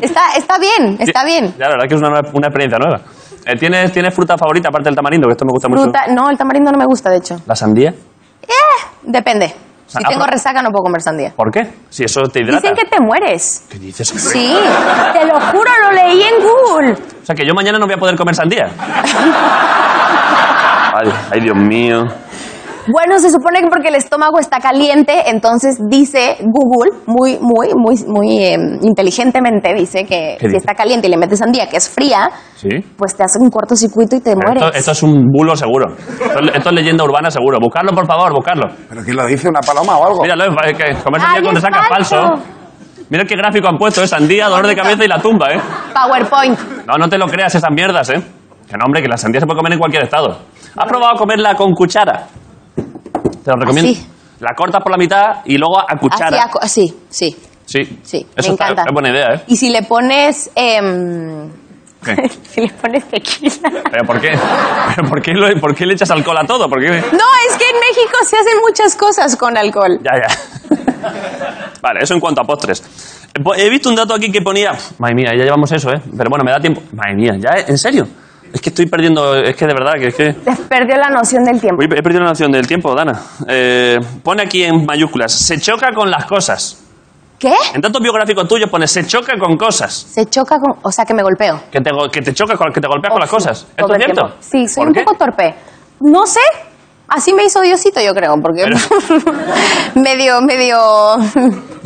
Está, está bien, está bien. Ya, la verdad que es una, nueva- una experiencia nueva. Eh, ¿tienes, ¿Tienes fruta favorita aparte del tamarindo? Que esto me gusta Fruta, no, el tamarindo no me gusta, de hecho. mucho. ¿La sandía? Eh, depende. Si Ah, tengo pero- resaca no puedo comer sandía. ¿Por qué? Si eso te hidrata. Dicen que te mueres. ¿Qué dices? Sí, te lo juro, lo leí en Google. O sea, que yo mañana no voy a poder comer sandía. [laughs] Ay, ay, Dios mío. Bueno, se supone que porque el estómago está caliente, entonces dice Google, muy, muy, muy, muy eh, inteligentemente dice que ¿Qué si dice? está caliente y le metes sandía que es fría, ¿Sí? pues te hace un cortocircuito y te Pero mueres. Esto, esto es un bulo seguro. Esto, esto es leyenda urbana seguro. Buscarlo, por favor, buscarlo. ¿Pero quién lo dice? ¿Una paloma o algo? Míralo, es eh, que comer sandía Ay, con es resaca es falso. falso. Mira qué gráfico han puesto, es sandía, dolor de cabeza y la tumba, ¿eh? PowerPoint. No, no te lo creas esas mierdas, ¿eh? Que no, hombre, que la sandía se puede comer en cualquier estado. ¿Has probado comerla con cuchara? Te lo recomiendo. Así. La cortas por la mitad y luego a cuchara. Así, aco- sí, sí. Sí, Sí, Eso me está- ¿eh? encanta. es buena idea, ¿eh? Y si le pones em, [laughs] si le pones tequila. ¿Pero por qué? ¿Pero por qué, lo- por qué le echas alcohol a todo? ¿Por qué? No, es que en México se hacen muchas cosas con alcohol. Ya, ya. Vale, eso en cuanto a postres. Eh, po- He visto un dato aquí que ponía. Pf, Madre mía, ya llevamos eso, ¿eh? Pero bueno, me da tiempo. Madre mía, ya, ¿en serio? Es que estoy perdiendo. Es que de verdad, que es que. Te Perdió la noción del tiempo. Uy, he perdido la noción del tiempo, Dana. Eh, pone aquí en mayúsculas: se choca con las cosas. ¿Qué? En datos biográficos tuyos pone se choca con cosas. Se choca con... O sea, que me golpeo. Que te, go- que te chocas con, que te golpeas con las cosas. ¿Esto Todo es el cierto? tiempo. Sí, soy ¿Por un qué? poco torpe. No sé. Así me hizo Diosito, yo creo, porque [laughs] medio, medio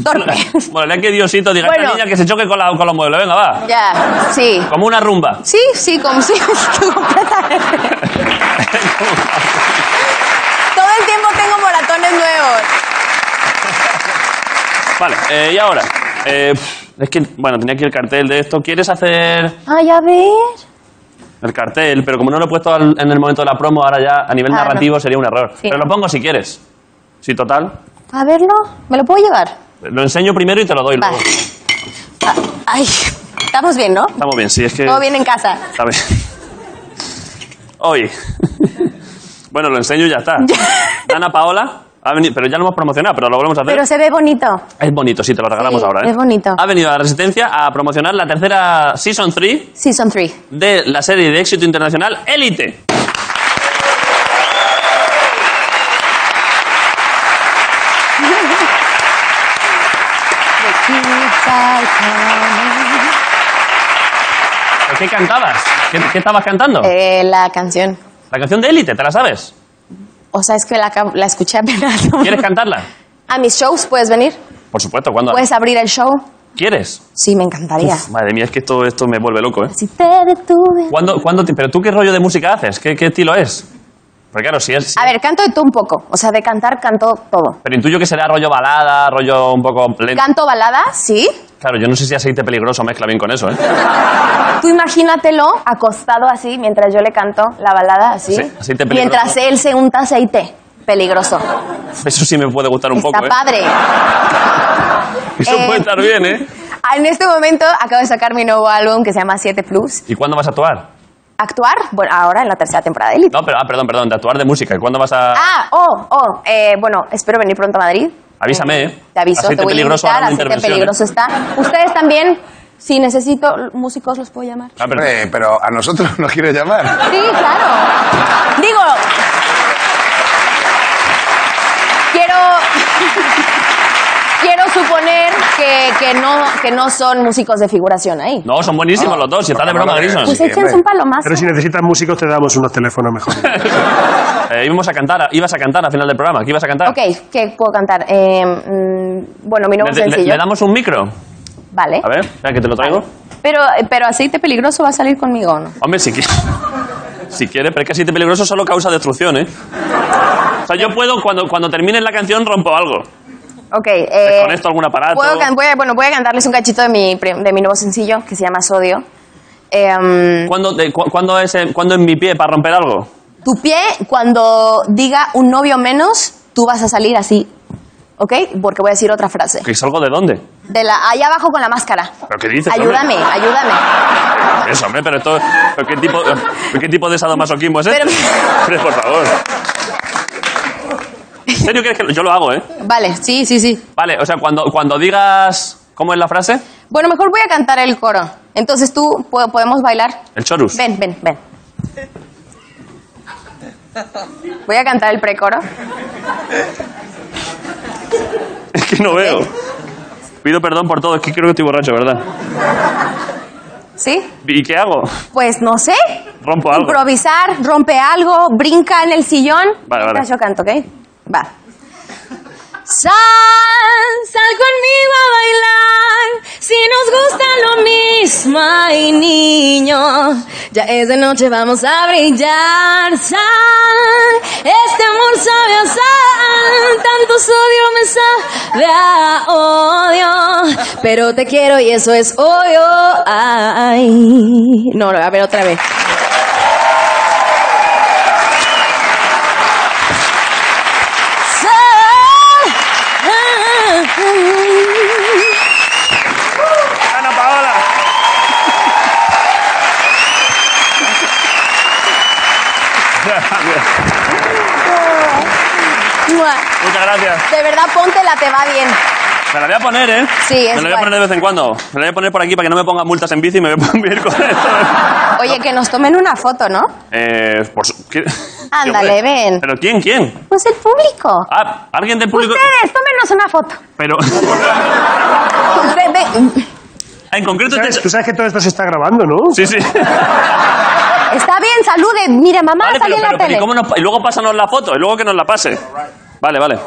torpe. [laughs] Bueno, le que Diosito diga a Bueno. esta niña que se choque con, la- con los muebles. Venga, va. ya, sí. Como una rumba. [laughs] Sí, sí, como [laughs] sí, completamente. Todo el tiempo tengo moratones nuevos. Vale, eh, y ahora. Eh, es que, bueno, tenía aquí el cartel de esto. ¿Quieres hacer Ay, a ver. el cartel? Pero como no lo he puesto al- en el momento de la promo, ahora ya a nivel Ah, narrativo sería un error. Sí. Pero lo pongo si quieres. Sí, total. A verlo. ¿Me lo puedo llevar? Lo enseño primero y te lo doy Vale. luego. Ah, Ay, estamos bien, ¿no? Estamos bien, sí, es que. Todo bien en casa. Está bien. Hoy. [laughs] bueno, lo enseño y ya está. Dana Paola. Ha venido, pero ya lo hemos promocionado, pero lo volvemos a hacer. Pero se ve bonito. Es bonito, sí, te lo regalamos Sí, ahora. ¿eh? es bonito. Ha venido a la Resistencia a promocionar la tercera Season 3 Season 3. de la serie de éxito internacional Élite. ¿Pero ¿Qué cantabas? ¿Qué, qué estabas cantando? Eh, la canción. La canción de Élite, ¿te la sabes? O sea, es que la, ca- la escuché apenas. [laughs] ¿Quieres cantarla? A mis shows puedes venir. Por supuesto, cuando Puedes abrir el show. quieres. Sí, me encantaría. Uf, madre mía, es que todo esto me vuelve loco, ¿eh? Si te detuve. ¿Cuándo, cuándo te- ¿Pero tú qué rollo de música haces? ¿Qué, qué estilo es? Porque claro, si es... A ver, canto de todo un poco. O sea, de cantar, canto todo. Pero intuyo que será rollo balada, rollo un poco lento. Canto balada, sí. Claro, yo no sé si aceite peligroso mezcla bien con eso, [laughs] ¿eh? Tú imagínatelo acostado así mientras yo le canto la balada así. Sí, aceite peligroso. mientras él se unta aceite. Peligroso. Eso sí me puede gustar un Está poco, ¿eh? padre. Eso Eh. puede estar bien, ¿eh? En este momento acabo de sacar mi nuevo álbum que se llama 7 Plus. ¿Y cuándo vas a actuar? Actuar, bueno, ahora en la tercera temporada de Elite. No, pero, ah, perdón, perdón, de actuar de música. ¿Y cuándo vas a...? Ah, oh, oh, eh, bueno, espero venir pronto a Madrid. Avísame, ¿eh? Te aviso, Aceite te voy a peligroso hará invitar, una intervención, aceite ¿eh? peligroso está. Ustedes también, si necesito músicos, los puedo llamar. Ah, pero- Hombre, pero a nosotros nos quiere llamar. Sí, claro. Digo, quiero, quiero suponer que, que no, que no son músicos de figuración ahí. No, son buenísimos No, los dos, si está de Ah, no, broma, no, no, Grison. no, pues sí, échense hombre. un palomazo. Pero si necesitas músicos, te damos unos [laughs] teléfonos mejores. Eh, íbamos a cantar, ibas a cantar al final del programa, ¿qué ibas a cantar? Ok, ¿qué puedo cantar? Eh, mm, bueno, mi nuevo Le, le- sencillo. le damos un micro. Vale. A ver, espera que te lo traigo. Pero, pero aceite peligroso va a salir conmigo, ¿o ¿no? Hombre, si quieres. [laughs] Si quieres, pero es que aceite peligroso solo causa destrucción, ¿eh? O sea, yo puedo, cuando, cuando termine la canción, rompo algo. Ok. Eh, Desconecto algún aparato. puedo can- voy a- bueno, voy a cantarles un cachito de mi, pre- de mi nuevo sencillo que se llama Sodio. Em, ¿Cuándo, te- cu- cuándo es, en- cuándo en mi pie para romper algo? tu pie, cuando diga un novio menos, tú vas a salir así. ¿Ok? Porque voy a decir otra frase. ¿Que salgo de dónde? De la allá abajo con la máscara. ¿Pero qué dices, hombre? Ayúdame, ayúdame. Eso, hombre, pero esto. pero ¿Qué tipo, qué tipo de sadomasoquismo es este? Pero- Hombre, por favor. ¿En serio crees que lo- yo lo hago, eh? Vale, sí, sí, sí. Vale, o sea, cuando, cuando digas. ¿Cómo es la frase? Bueno, mejor voy a cantar el coro. Entonces tú, ¿po- ¿podemos bailar? El chorus. Ven, ven, ven. Voy a cantar el precoro. Es que no veo. Pido perdón por todo, es que creo que estoy borracho, ¿verdad? ¿Sí? ¿Y qué hago? Pues no sé. Rompo algo. Improvisar, rompe algo, brinca en el sillón. Vale, vale. Mientras Yo canto, ¿ok? Va. Sal, sal conmigo a bailar, si nos gusta lo mismo, ay niño, ya es de noche, vamos a brillar, sal, este amor sabe a sal, tanto sodio me sabe a odio, pero te quiero y eso es odio, ay. No, no, a ver, otra vez. ¡Ana Paola! buenísima. Muchas gracias. De verdad, póntela, te va bien. Me la voy a poner, ¿eh? Sí, Me es la voy a guay. poner de vez en cuando. Me la voy a poner por aquí para que no me pongan multas en bici y me voy a poner con esto. [laughs] Oye, que nos tomen una foto, ¿no? Eh, por su- ¿qué? Ándale, ¿Qué hombre? ven. ¿Pero quién? ¿Quién? Pues el público. Ah, alguien del público. Ustedes, tómenos una foto. Pero. [laughs] Ve- ve- En concreto. ¿Sabes- este- Tú sabes que todo esto se está grabando, ¿no? Sí, sí. Está bien, salude. Mire, mamá, Vale, salí pero, pero- en la pero ¿y, tele. cómo nos pa- y luego pásanos la foto, y luego que nos la pase. Vale, vale.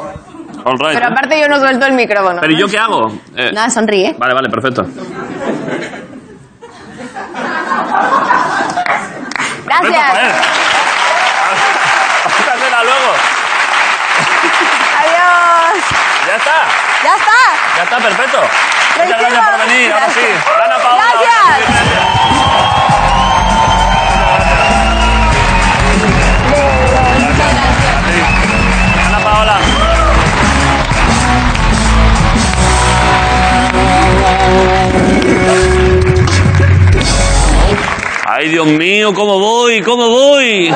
All right, Pero ¿eh? aparte yo no suelto el micrófono. Pero ¿y yo qué hago? Eh, Nada, sonríe. Vale, vale, perfecto. Perfecto, [laughs] Gracias. joder. Vamos a hacerla luego. Adiós. Ya está. Ya está. Ya está, perfecto. Muchas Tranquilo. gracias por venir. Ahora sí. Gracias. Ana Paola. Gracias. Ana Paola. Ay, Dios mío, ¿cómo voy? ¿Cómo voy?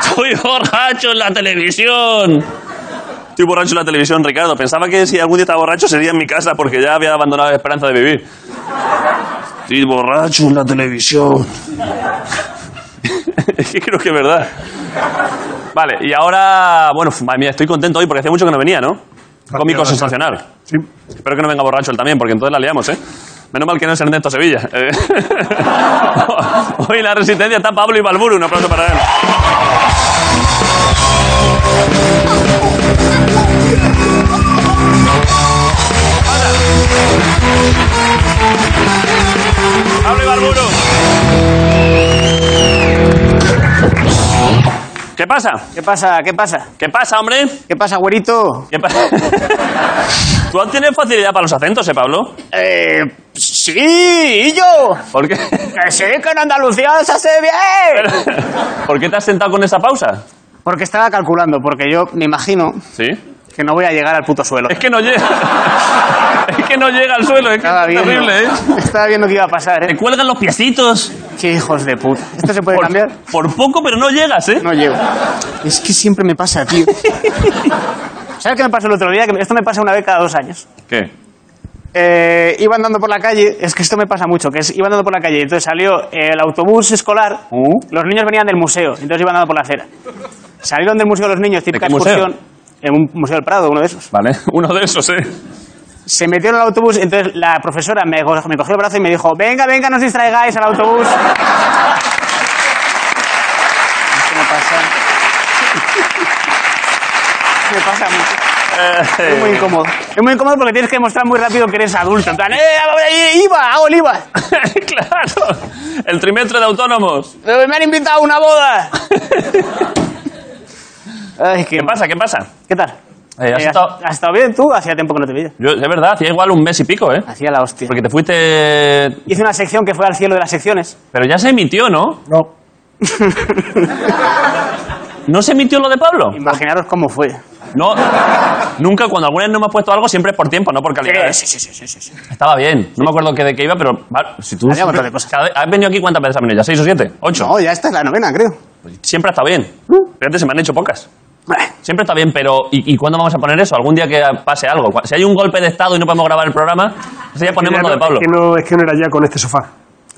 Estoy borracho en la televisión. Estoy borracho en la televisión, Ricardo. Pensaba que si algún día estaba borracho sería en mi casa porque ya había abandonado la esperanza de vivir. Estoy borracho en la televisión. [laughs] es que creo que es verdad. Vale, y ahora, bueno, f- madre mía, estoy contento hoy porque hacía mucho que no venía, ¿no? Cómico gracias. sensacional. Sí. Espero que no venga borracho él también, porque entonces la liamos, ¿eh? Menos mal que no es Ernesto Sevilla. [laughs] Eh, Hoy en la resistencia está Pablo Ibalburu. Un aplauso para él. Pablo Ibalburu. ¿Qué pasa? ¿Qué pasa? ¿Qué pasa? ¿Qué pasa, hombre? ¿Qué pasa, güerito? ¿Qué pasa? [laughs] ¿Tú tienes facilidad para los acentos, eh, Pablo? Eh, sí, y yo. ¿Por [laughs] qué? Que sí, que en Andalucía se hace bien. ¿Por qué te has sentado con esa pausa? Porque estaba calculando, porque yo me imagino Sí. que no voy a llegar al puto suelo. Es que no [laughs] llega. Es que no llega al suelo. Es que Estaba es viendo, terrible, ¿eh? estaba viendo que iba a pasar, Te ¿eh? cuelgan los piecitos. Qué hijos de puta. ¿Esto se puede Por, cambiar? por poco, pero no llegas, ¿eh? No llego. Es que siempre me pasa, tío. [laughs] ¿Sabes qué me pasó el otro día? Que esto me pasa una vez cada dos años. ¿Qué? Eh, iba andando por la calle, es que esto me pasa mucho, que es, iba andando por la calle, entonces salió eh, el autobús escolar, Uh. los niños venían del museo, entonces iban andando por la acera. Salieron del museo los niños, típica qué museo? excursión, en un museo del Prado, uno de esos. Vale. [laughs] Uno de esos, ¿eh? [laughs] Se metieron al autobús, entonces la profesora me, co- me cogió el brazo y me dijo, venga, venga, no os distraigáis al autobús. Es que me pasa. [laughs] me pasa mucho. Es muy incómodo. Es muy incómodo porque tienes que demostrar muy rápido que eres adulto. En plan, ¡eh, IVA! ¡Hago el IVA! claro. El trimestre de autónomos. Pero me han invitado a una boda. Ay, qué, ¿Qué mal. pasa? ¿Qué pasa? ¿Qué tal? Eh, has Eh, estado- has estado bien tú? Hacía tiempo que no te veía. Yo, de verdad, hacía igual un mes y pico, ¿eh? Hacía la hostia. Porque te fuiste. Hice una sección que fue al cielo de las secciones. Pero ya se emitió, ¿no? No. [laughs] ¿No se emitió lo de Pablo? Imaginaros cómo fue. No. Nunca, cuando alguna vez no me has puesto algo, siempre es por tiempo, no por calidad. ¿eh? Sí, sí, sí, sí, sí, sí. Estaba bien. No me acuerdo qué de qué iba, pero. va, Si tú Había un montón de cosas. Cada vez- ¿Has venido aquí cuántas veces has venido? ¿Ya seis o siete? ¿Ocho? No, ya esta es la novena, creo. Siempre ha estado bien. Fíjate, se me han hecho pocas. Vale. Siempre está bien, pero ¿y, y cuándo vamos a poner eso? ¿Algún día que pase algo? Cu- Si hay un golpe de Estado y no podemos grabar el programa, entonces ya ponemos Ya lo no- de Pablo. Es que, no, es que no era ya con este sofá.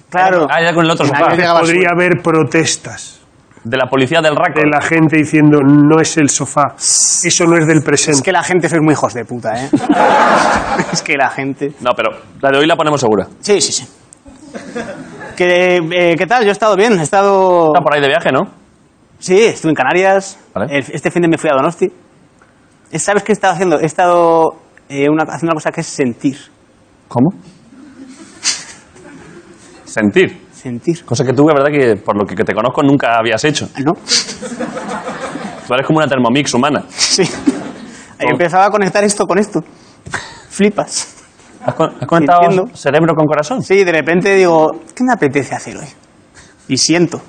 Claro. Ah, ya con el otro sofá. Nadie- Llegaba Podría haber protestas De la policía del RAC. de la gente diciendo no es el sofá, eso no es del Es presente. que la gente sois muy hijos de puta, [laughs] ¿eh? es que la gente... No, pero la de hoy la ponemos segura. Sí, sí, sí. Que, eh, ¿Qué tal? Yo he estado bien. He estado... Está por ahí de viaje, ¿no? Sí, estuve en Canarias. Vale. El- Este fin de me fui a Donosti. Eh, ¿Sabes qué he estado haciendo? He estado eh, una- haciendo una cosa que es sentir. ¿Cómo? Sentir. Sentir. Cosa que tú, la verdad, que por lo que que te conozco nunca habías hecho. Ah, ¿No? [laughs] Tú eres como una Thermomix humana. Sí. Ahí empezaba a conectar esto con esto. Flipas. ¿Has, con- has conectado Sintiendo. cerebro con corazón? Sí, de repente digo, ¿qué me apetece hacer hoy? Y siento.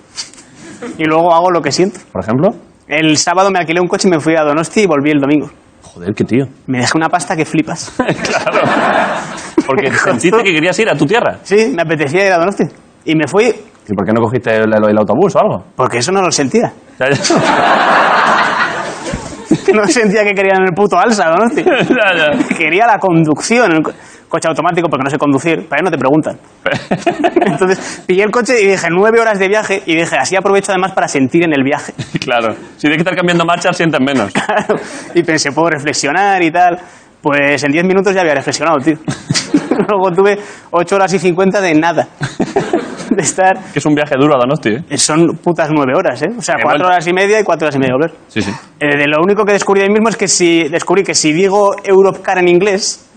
Y luego hago lo que siento. Por ejemplo. El sábado me alquilé un coche y me fui a Donosti y volví el domingo. Joder, qué tío. Me dejé una pasta que flipas. [laughs] claro. [laughs] Porque sentiste que querías ir a tu tierra. Sí, me apetecía ir a Donosti. Y me fui ¿Y por qué no cogiste el, el- el autobús o algo? porque eso no lo sentía. Ya, ya. [laughs] no sentía que querían el puto alza, ¿no? [laughs] Ya, ya. Quería la conducción, el co- coche automático, porque no sé conducir, para no te preguntan. [laughs] Entonces pillé el coche y dije nueve horas de viaje y dije así aprovecho además para sentir en el viaje. [laughs] Claro. Si tienes que estar cambiando marcha, sientes menos. y pensé, puedo reflexionar y tal. Pues en 10 minutos ya había reflexionado, tío. [laughs] Luego tuve 8 horas y 50 de nada. [laughs] De estar. Que es un viaje duro a Donosti, ¿eh? Son putas 9 horas, ¿eh? O sea, Eh, 4 bueno. horas y media y 4 horas y media, volver. Sí, sí. Eh, de lo único que descubrí ahí mismo es que si descubrí que si digo Europcar en inglés,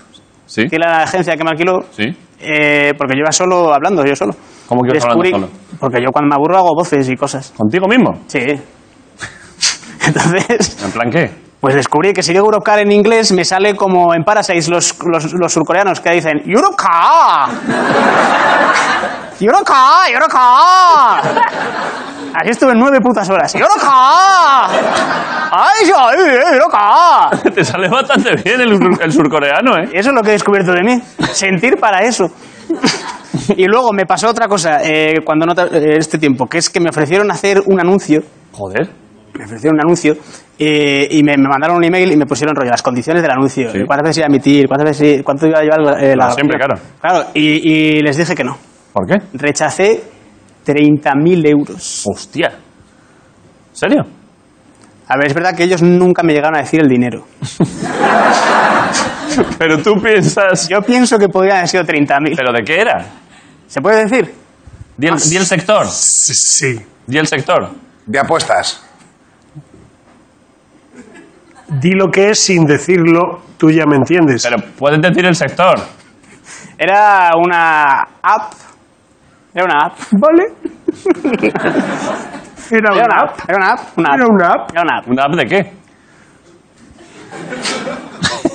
Sí. que es la agencia que me alquiló, Sí. eh, porque yo iba solo hablando, yo solo. ¿Cómo que ibas hablando Descubrí- solo? Porque yo cuando me aburro hago voces y cosas. ¿Contigo mismo? Sí. [laughs] Entonces, ¿En plan qué? pues descubrí que si digo Europcar en inglés me sale como en Parasites los, los, los surcoreanos que dicen Europcar. Europcar, Europcar. Así estuve nueve putas horas. ¡Europcar! ¡Ay, eh, yo, Europcar! [laughs] Te sale bastante bien el, el surcoreano, ¿eh? Eso es lo que he descubierto de mí. Sentir para eso. Y luego me pasó otra cosa eh, cuando no tra- eh, este tiempo, que es que me ofrecieron hacer un anuncio. Joder. Me ofrecieron un anuncio eh, y me, me mandaron un email y me pusieron rollo las condiciones del anuncio. Sí. ¿Cuántas veces iba a emitir? ¿Cuántas veces, ¿Cuánto iba a llevar eh, la... Como siempre, claro. Claro, y, y les dije que no. ¿Por qué? Rechacé 30.000 euros. Hostia. ¿En serio? A ver, es verdad que ellos nunca me llegaron a decir el dinero. Pero tú piensas... Yo pienso que podrían haber sido 30.000. ¿Pero de qué era? ¿Se puede decir? Di el, di el sector. Sí. Di el sector. De apuestas. Di lo que es sin decirlo, tú ya me entiendes. Pero puedes decir el sector. Era una app. Era una app. ¿Vale? [laughs] Era Era una una app. app. Era una app. Una app. Era una app. Era una app. ¿Una app de qué?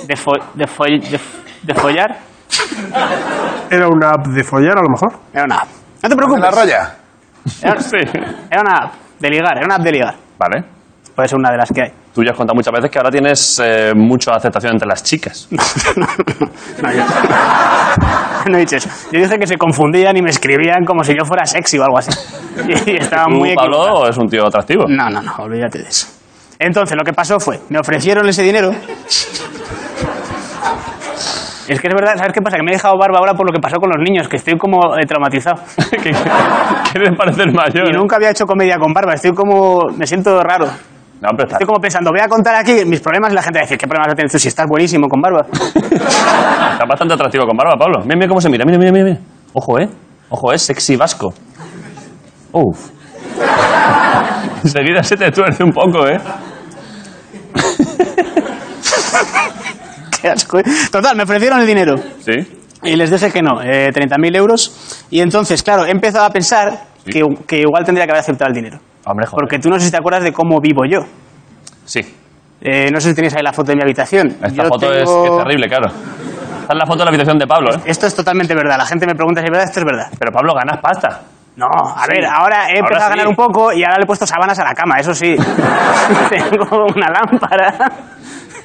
De, fo- de, foll- de f- de follar. Era una app de follar, a lo mejor. Era una app. No te ¿De la preocupes. roya? Era, Sí. era una app. De ligar. Era una app de ligar. Vale. Puede ser una de las que [laughs] hay. Tú ya has contado muchas veces que ahora tienes eh, mucha aceptación entre las chicas. No, yo- no he dicho eso. Yo dije que se confundían y me escribían como si yo fuera sexy o algo así. [laughs] Y estaba Tú, muy Mm. equivocado. Pablo, es un tío atractivo. [laughs] No, no, no, olvídate de eso. Entonces, lo que pasó fue, me ofrecieron ese dinero. [laughs] Es que es verdad, ¿sabes qué pasa? Que me he dejado barba ahora por lo que pasó con los niños, que estoy como eh, [laughs] traumatizado. Que- Quieres parecer mayor. Y nunca había hecho comedia con barba, estoy como. me siento raro. No, pero está- Estoy como pensando, voy a contar aquí mis problemas y la gente va a decir, ¿qué problemas vas a tener tú si estás buenísimo con barba? [laughs] Está bastante atractivo con barba, Pablo. Mira, mira cómo se mira. Mira, mira, mira, mira. Ojo, eh. Ojo, es sexy vasco. Uf. Enseguida se te tuerce un poco, eh. Qué asco, ¿eh? Total, me ofrecieron el dinero. Sí. Y les dije que no, eh, 30.000 euros. Y entonces, claro, he empezado a pensar Sí. que, que igual tendría que haber aceptado el dinero. Hombre, joder. Porque tú no sé si te acuerdas de cómo vivo yo. Sí. Eh, no sé si tenéis ahí la foto de mi habitación. Esta Yo foto es- tengo- es, terrible, claro. Esta es la foto de la habitación de Pablo, eh. Esto es totalmente verdad. La gente me pregunta si es verdad, esto es verdad. Pero Pablo, ganas pasta. No, a Sí. ver, ahora Ahora he empezado a ganar sí. un poco y ahora le he puesto sábanas a la cama, [laughs] eso sí. tengo una lámpara.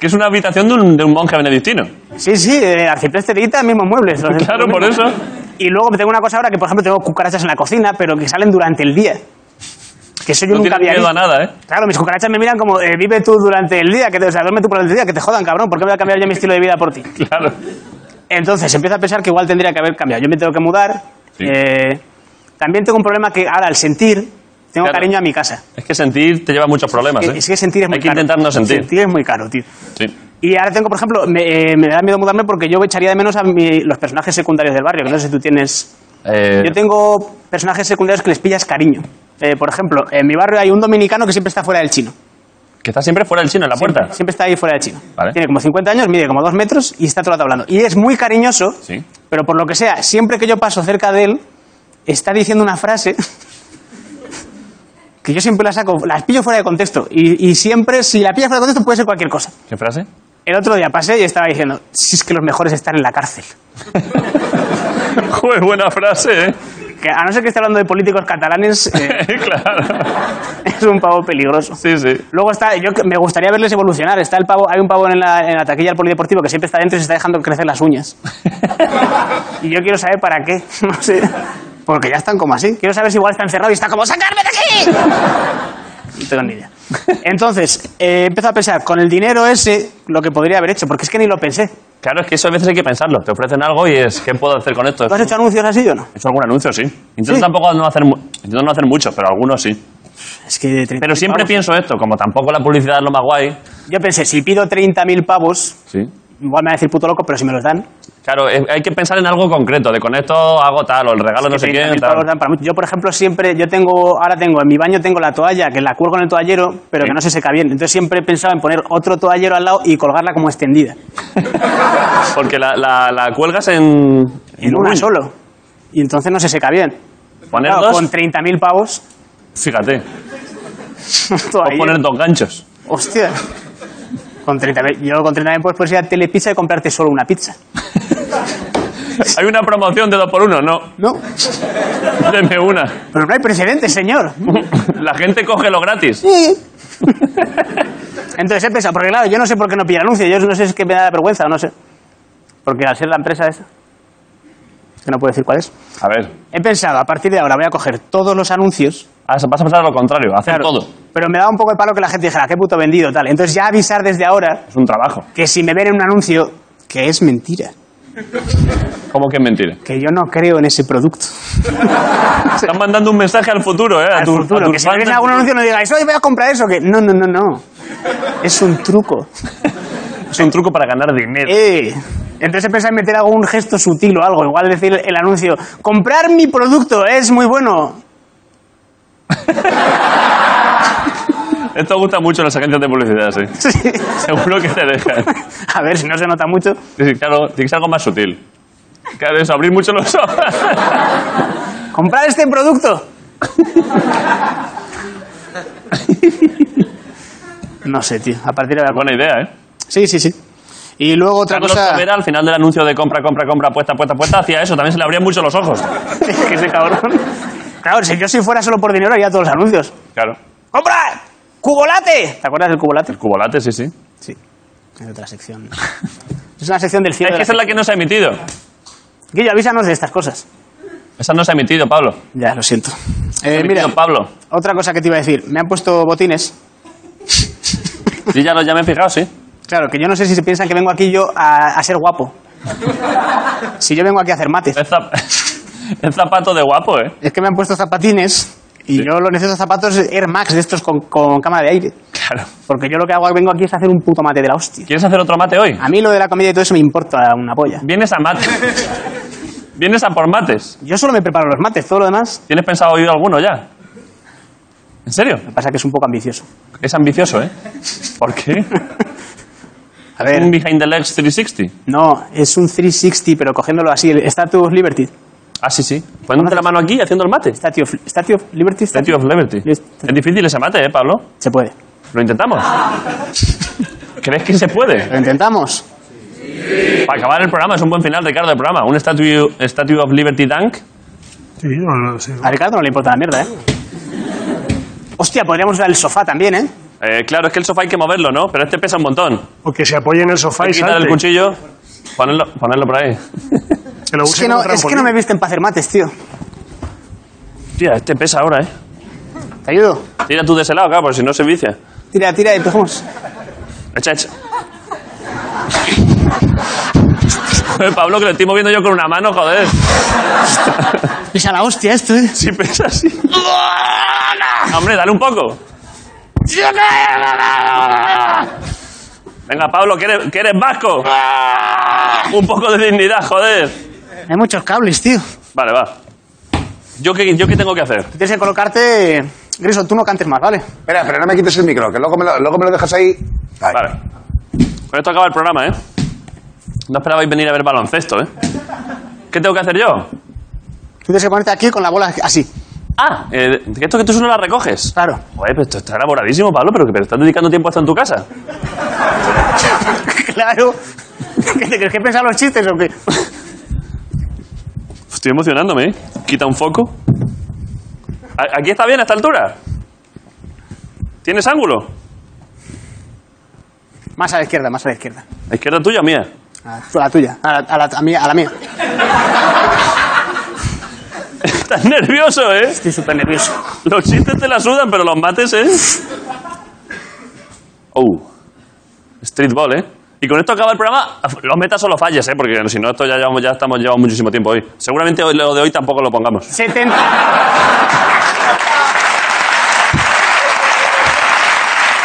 Que es una habitación de un, de un monje benedictino. Sí, sí, eh, de arcipresterita, mismos muebles. los- Claro, los por mismos. eso. Y luego tengo una cosa ahora que, por ejemplo, tengo cucarachas en la cocina, pero que salen durante el día. Que eso yo No nunca tienes había miedo visto. a nada, eh. Claro, mis cucarachas me miran como, eh, vive tú durante el día, que te, o sea, duerme tú durante el día, que te jodan, cabrón, ¿por qué voy a cambiar yo mi estilo de vida por ti? Claro. Entonces empiezo a pensar que igual tendría que haber cambiado. Yo me tengo que mudar. Sí. eh, también tengo un problema que ahora al sentir, tengo Claro. cariño a mi casa. Es que sentir te lleva a muchos problemas, eh. Es que sentir es muy Hay que caro. intentar no sentir. es muy caro, tío. Sí. Y ahora tengo, por ejemplo, me, eh, me da miedo mudarme porque yo echaría de menos a mi- los personajes secundarios del barrio, que no sé si tú tienes... Eh, Yo tengo personajes secundarios que les pillas cariño. Eh, por ejemplo, en mi barrio hay un dominicano que siempre está fuera del chino. Que está siempre fuera del chino en la puerta. Siempre, siempre está ahí fuera del chino. Vale. Tiene como 50 años, mide como 2 metros y está todo el rato hablando. Y es muy cariñoso, Sí. pero por lo que sea, siempre que yo paso cerca de él, está diciendo una frase que yo siempre la saco, las pillo fuera de contexto. Y, y siempre, si la pillas fuera de contexto, puede ser cualquier cosa. ¿Qué frase? El otro día pasé y estaba diciendo, si es que los mejores están en la cárcel. Joder, buena frase, eh. [laughs] Que a no ser que esté hablando de políticos catalanes, eh, [laughs] claro. es un pavo peligroso. Sí, sí. Luego está, yo que- me gustaría verles evolucionar. Está el pavo, hay un pavo en la, en la taquilla del polideportivo que siempre está dentro y se está dejando crecer las [laughs] uñas. y yo quiero saber para qué, [laughs] no sé. Porque ya están como así. Quiero saber si igual está encerrado y está como, ¡sacarme de aquí! estoy con ella. Entonces, eh, empiezo a pensar, con el dinero ese, lo que podría haber hecho, porque es que ni lo pensé. Claro, es que eso a veces hay que pensarlo. Te ofrecen algo y es, ¿qué puedo hacer con esto? ¿Tú has hecho anuncios así o no? He hecho algún anuncio, sí. Intento tampoco no hacer, mu- intento no hacer muchos, pero algunos sí. Es que Pero siempre pienso esto, como tampoco la publicidad es lo más guay. Yo pensé, si pido 30.000 pavos, Sí. igual me van a decir puto loco, pero si me los dan. Claro, es- hay que pensar en algo concreto, de con esto hago tal, o el regalo no sé que qué, 30.000 tal. pavos dan para mucho. Yo, por ejemplo, siempre, yo tengo, ahora tengo, en mi baño tengo la toalla, que la cuelgo en el toallero, pero que no se seca bien. Entonces siempre he pensado en poner otro toallero al lado y colgarla como extendida. Porque la, la- la cuelgas en... En una solo. Y entonces no se seca bien. Poner Claro, dos, con 30.000 pavos, [laughs] fíjate, toallero. o poner dos ganchos. Hostia. Con 30.000, yo con 30.000 puedes poder pues, ir a Telepizza y comprarte solo una pizza. Hay una promoción de dos por uno, no, No, deme una. [laughs] pero no hay precedente, señor. La gente coge lo gratis. Entonces he pensado, porque claro, yo no sé por qué no pilla anuncio, yo no sé si es que me da vergüenza o no sé. Porque al ser la empresa esa, que no puedo decir cuál es, A ver, he pensado, a partir de ahora voy a coger todos los anuncios, ah, vas a pasar a lo contrario, a hacer todo. pero me da un poco de palo que la gente dijera, qué puto vendido, tal. Entonces ya avisar desde ahora Es un trabajo. que si me ven en un anuncio, que es mentira, ¿Cómo que es mentira? que yo no creo en ese producto. Están mandando un mensaje al futuro, ¿eh? A Al tu- a futuro, tus que si me fans ven en del algún futuro. anuncio no digáis, hoy voy a comprar eso, que no, no, no, no. Es un [laughs] truco. Es un truco para ganar dinero. ¡Eh! Entonces pensé en meter algún gesto sutil o algo, igual decir el anuncio, comprar mi producto es muy bueno. [laughs] Esto gusta mucho a las agencias de publicidad, sí. [laughs] Seguro que te dejan. A ver si no se nota mucho. Sí, sí, claro, tiene que ser algo más sutil. Claro, eso, abrir mucho los ojos. [laughs] Comprar este producto. No sé, tío. A partir de ahora. Buena idea, ¿eh? Sí, sí, sí. Y luego otra Carlos cosa. Tavera, al final del anuncio de compra, compra, compra, apuesta, apuesta, apuesta, hacía eso. También se le abrían mucho los ojos. [laughs] que ese cabrón. Claro, si yo si fuera solo por dinero haría todos los anuncios. Claro. ¡Compra! ¡Cubolate! ¿Te acuerdas del cubolate? El cubolate, sí, sí. Sí. Es [laughs] otra sección. Es una sección del cielo. Es que de esa es la que no se ha emitido. la- Guillo, avísanos de estas cosas. Esa no se ha emitido, Pablo. Ya, lo siento. Se ha Eh, mira, emitido, Pablo. otra cosa que te iba a decir. Me han puesto botines. Sí, ya, lo- ya me he fijado, sí. Claro, que yo no sé si se piensan que vengo aquí yo a, a ser guapo. Si yo vengo aquí a hacer mates. Es, zap- [laughs] es zapato de guapo, ¿eh? Es que me han puesto zapatines y yo lo necesito zapatos Air Max de estos con, con cama de aire. Claro. Porque yo lo que hago vengo aquí es a hacer un puto mate de la hostia. ¿Quieres hacer otro mate hoy? A mí lo de la comida y todo eso me importa una polla. Vienes a mate. Vienes a por mates. Yo solo me preparo los mates, todo lo demás. ¿Tienes pensado ir a alguno ya? ¿En serio? Lo que pasa es que es un poco ambicioso. Es ambicioso, ¿eh? ¿Por qué? A Un ver, Behind the Legs 360. no, es un 360, pero cogiéndolo así, el Statue of Liberty. Ah, sí, sí. Poniéndote la mano aquí y haciendo el mate. Statue of, Statue of Liberty. Statue- Statue of Liberty. Listo. Es difícil ese mate, ¿eh, Pablo? Se puede. Lo intentamos. ¿Crees que se puede? Lo intentamos. Para acabar el programa, es un buen final, Ricardo, del programa. Un Statue, Statue of Liberty Dunk. Sí, no, no, sí. A Ricardo no le importa la mierda, ¿eh? Hostia, podríamos usar el sofá también, ¿eh? Eh, claro, es que el sofá hay que moverlo, ¿no? Pero este pesa un montón. O que se apoye en el sofá Hay y que quitar el salte. cuchillo, ponerlo, ponerlo por ahí. Se lo Es use que, no, como es que no me trampolín. visten para hacer mates, tío. Tía, este pesa ahora, ¿eh? ¿Te ayudo? Tira tú de ese lado, claro, porque si no se vicia. Tira, tira y empezamos. Echa, echa. [laughs] Joder, Eh, Pablo, que lo estoy moviendo yo con una mano, joder. [laughs] Es a la hostia esto, ¿eh? Si pesa así. Hombre, dale un poco. Venga, Pablo, que eres, que eres vasco. Un poco de dignidad, joder. Hay muchos cables, tío. Vale, va. ¿Yo qué, ¿Yo qué tengo que hacer? Tienes que colocarte... Griso, tú no cantes más, ¿vale? Espera, pero no me quites el micro, que luego me lo, luego me lo dejas ahí. Ahí. Vale. Con esto acaba el programa, ¿eh? No esperabais venir a ver baloncesto, ¿eh? ¿Qué tengo que hacer yo? Tú tienes que ponerte aquí con la bola así. Ah, eh, esto que tú solo la recoges. Claro. [laughs] Joder, pero esto está elaboradísimo, Pablo, pero que pero estás dedicando tiempo hasta en tu casa. claro. ¿Qué te crees que pensar los chistes o qué? Estoy emocionándome, ¿eh? Quita un foco. A- ¿Aquí está bien a esta altura? ¿Tienes ángulo? Más a la izquierda, más a la izquierda. ¿A izquierda tuya o mía? A Ah, a la tuya, a la, a la- a mí- a la mía. Estás nervioso, ¿eh? Estoy súper nervioso. Los chistes te la sudan, pero los mates, ¿eh? Oh. Street ball, ¿eh? Y con esto acaba el programa. Los metas o los falles, ¿eh? Porque si no, esto ya, llevamos, ya estamos llevando muchísimo tiempo hoy. Seguramente hoy, lo de hoy tampoco lo pongamos. 70.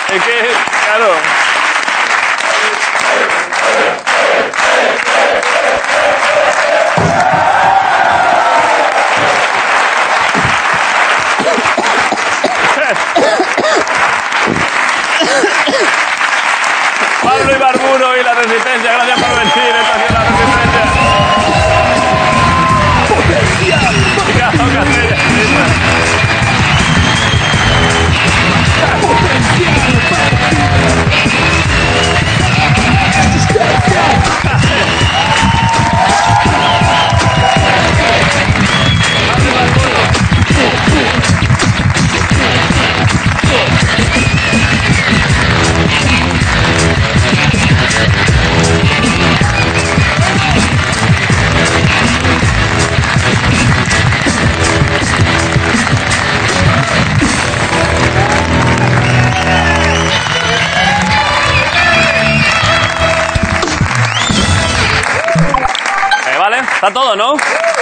Es que, claro. [coughs] Pablo Ibarburo y la Resistencia, gracias por venir. Esto ha sido la Resistencia. Cuidado, Castella. Eh, vale, está todo, ¿no?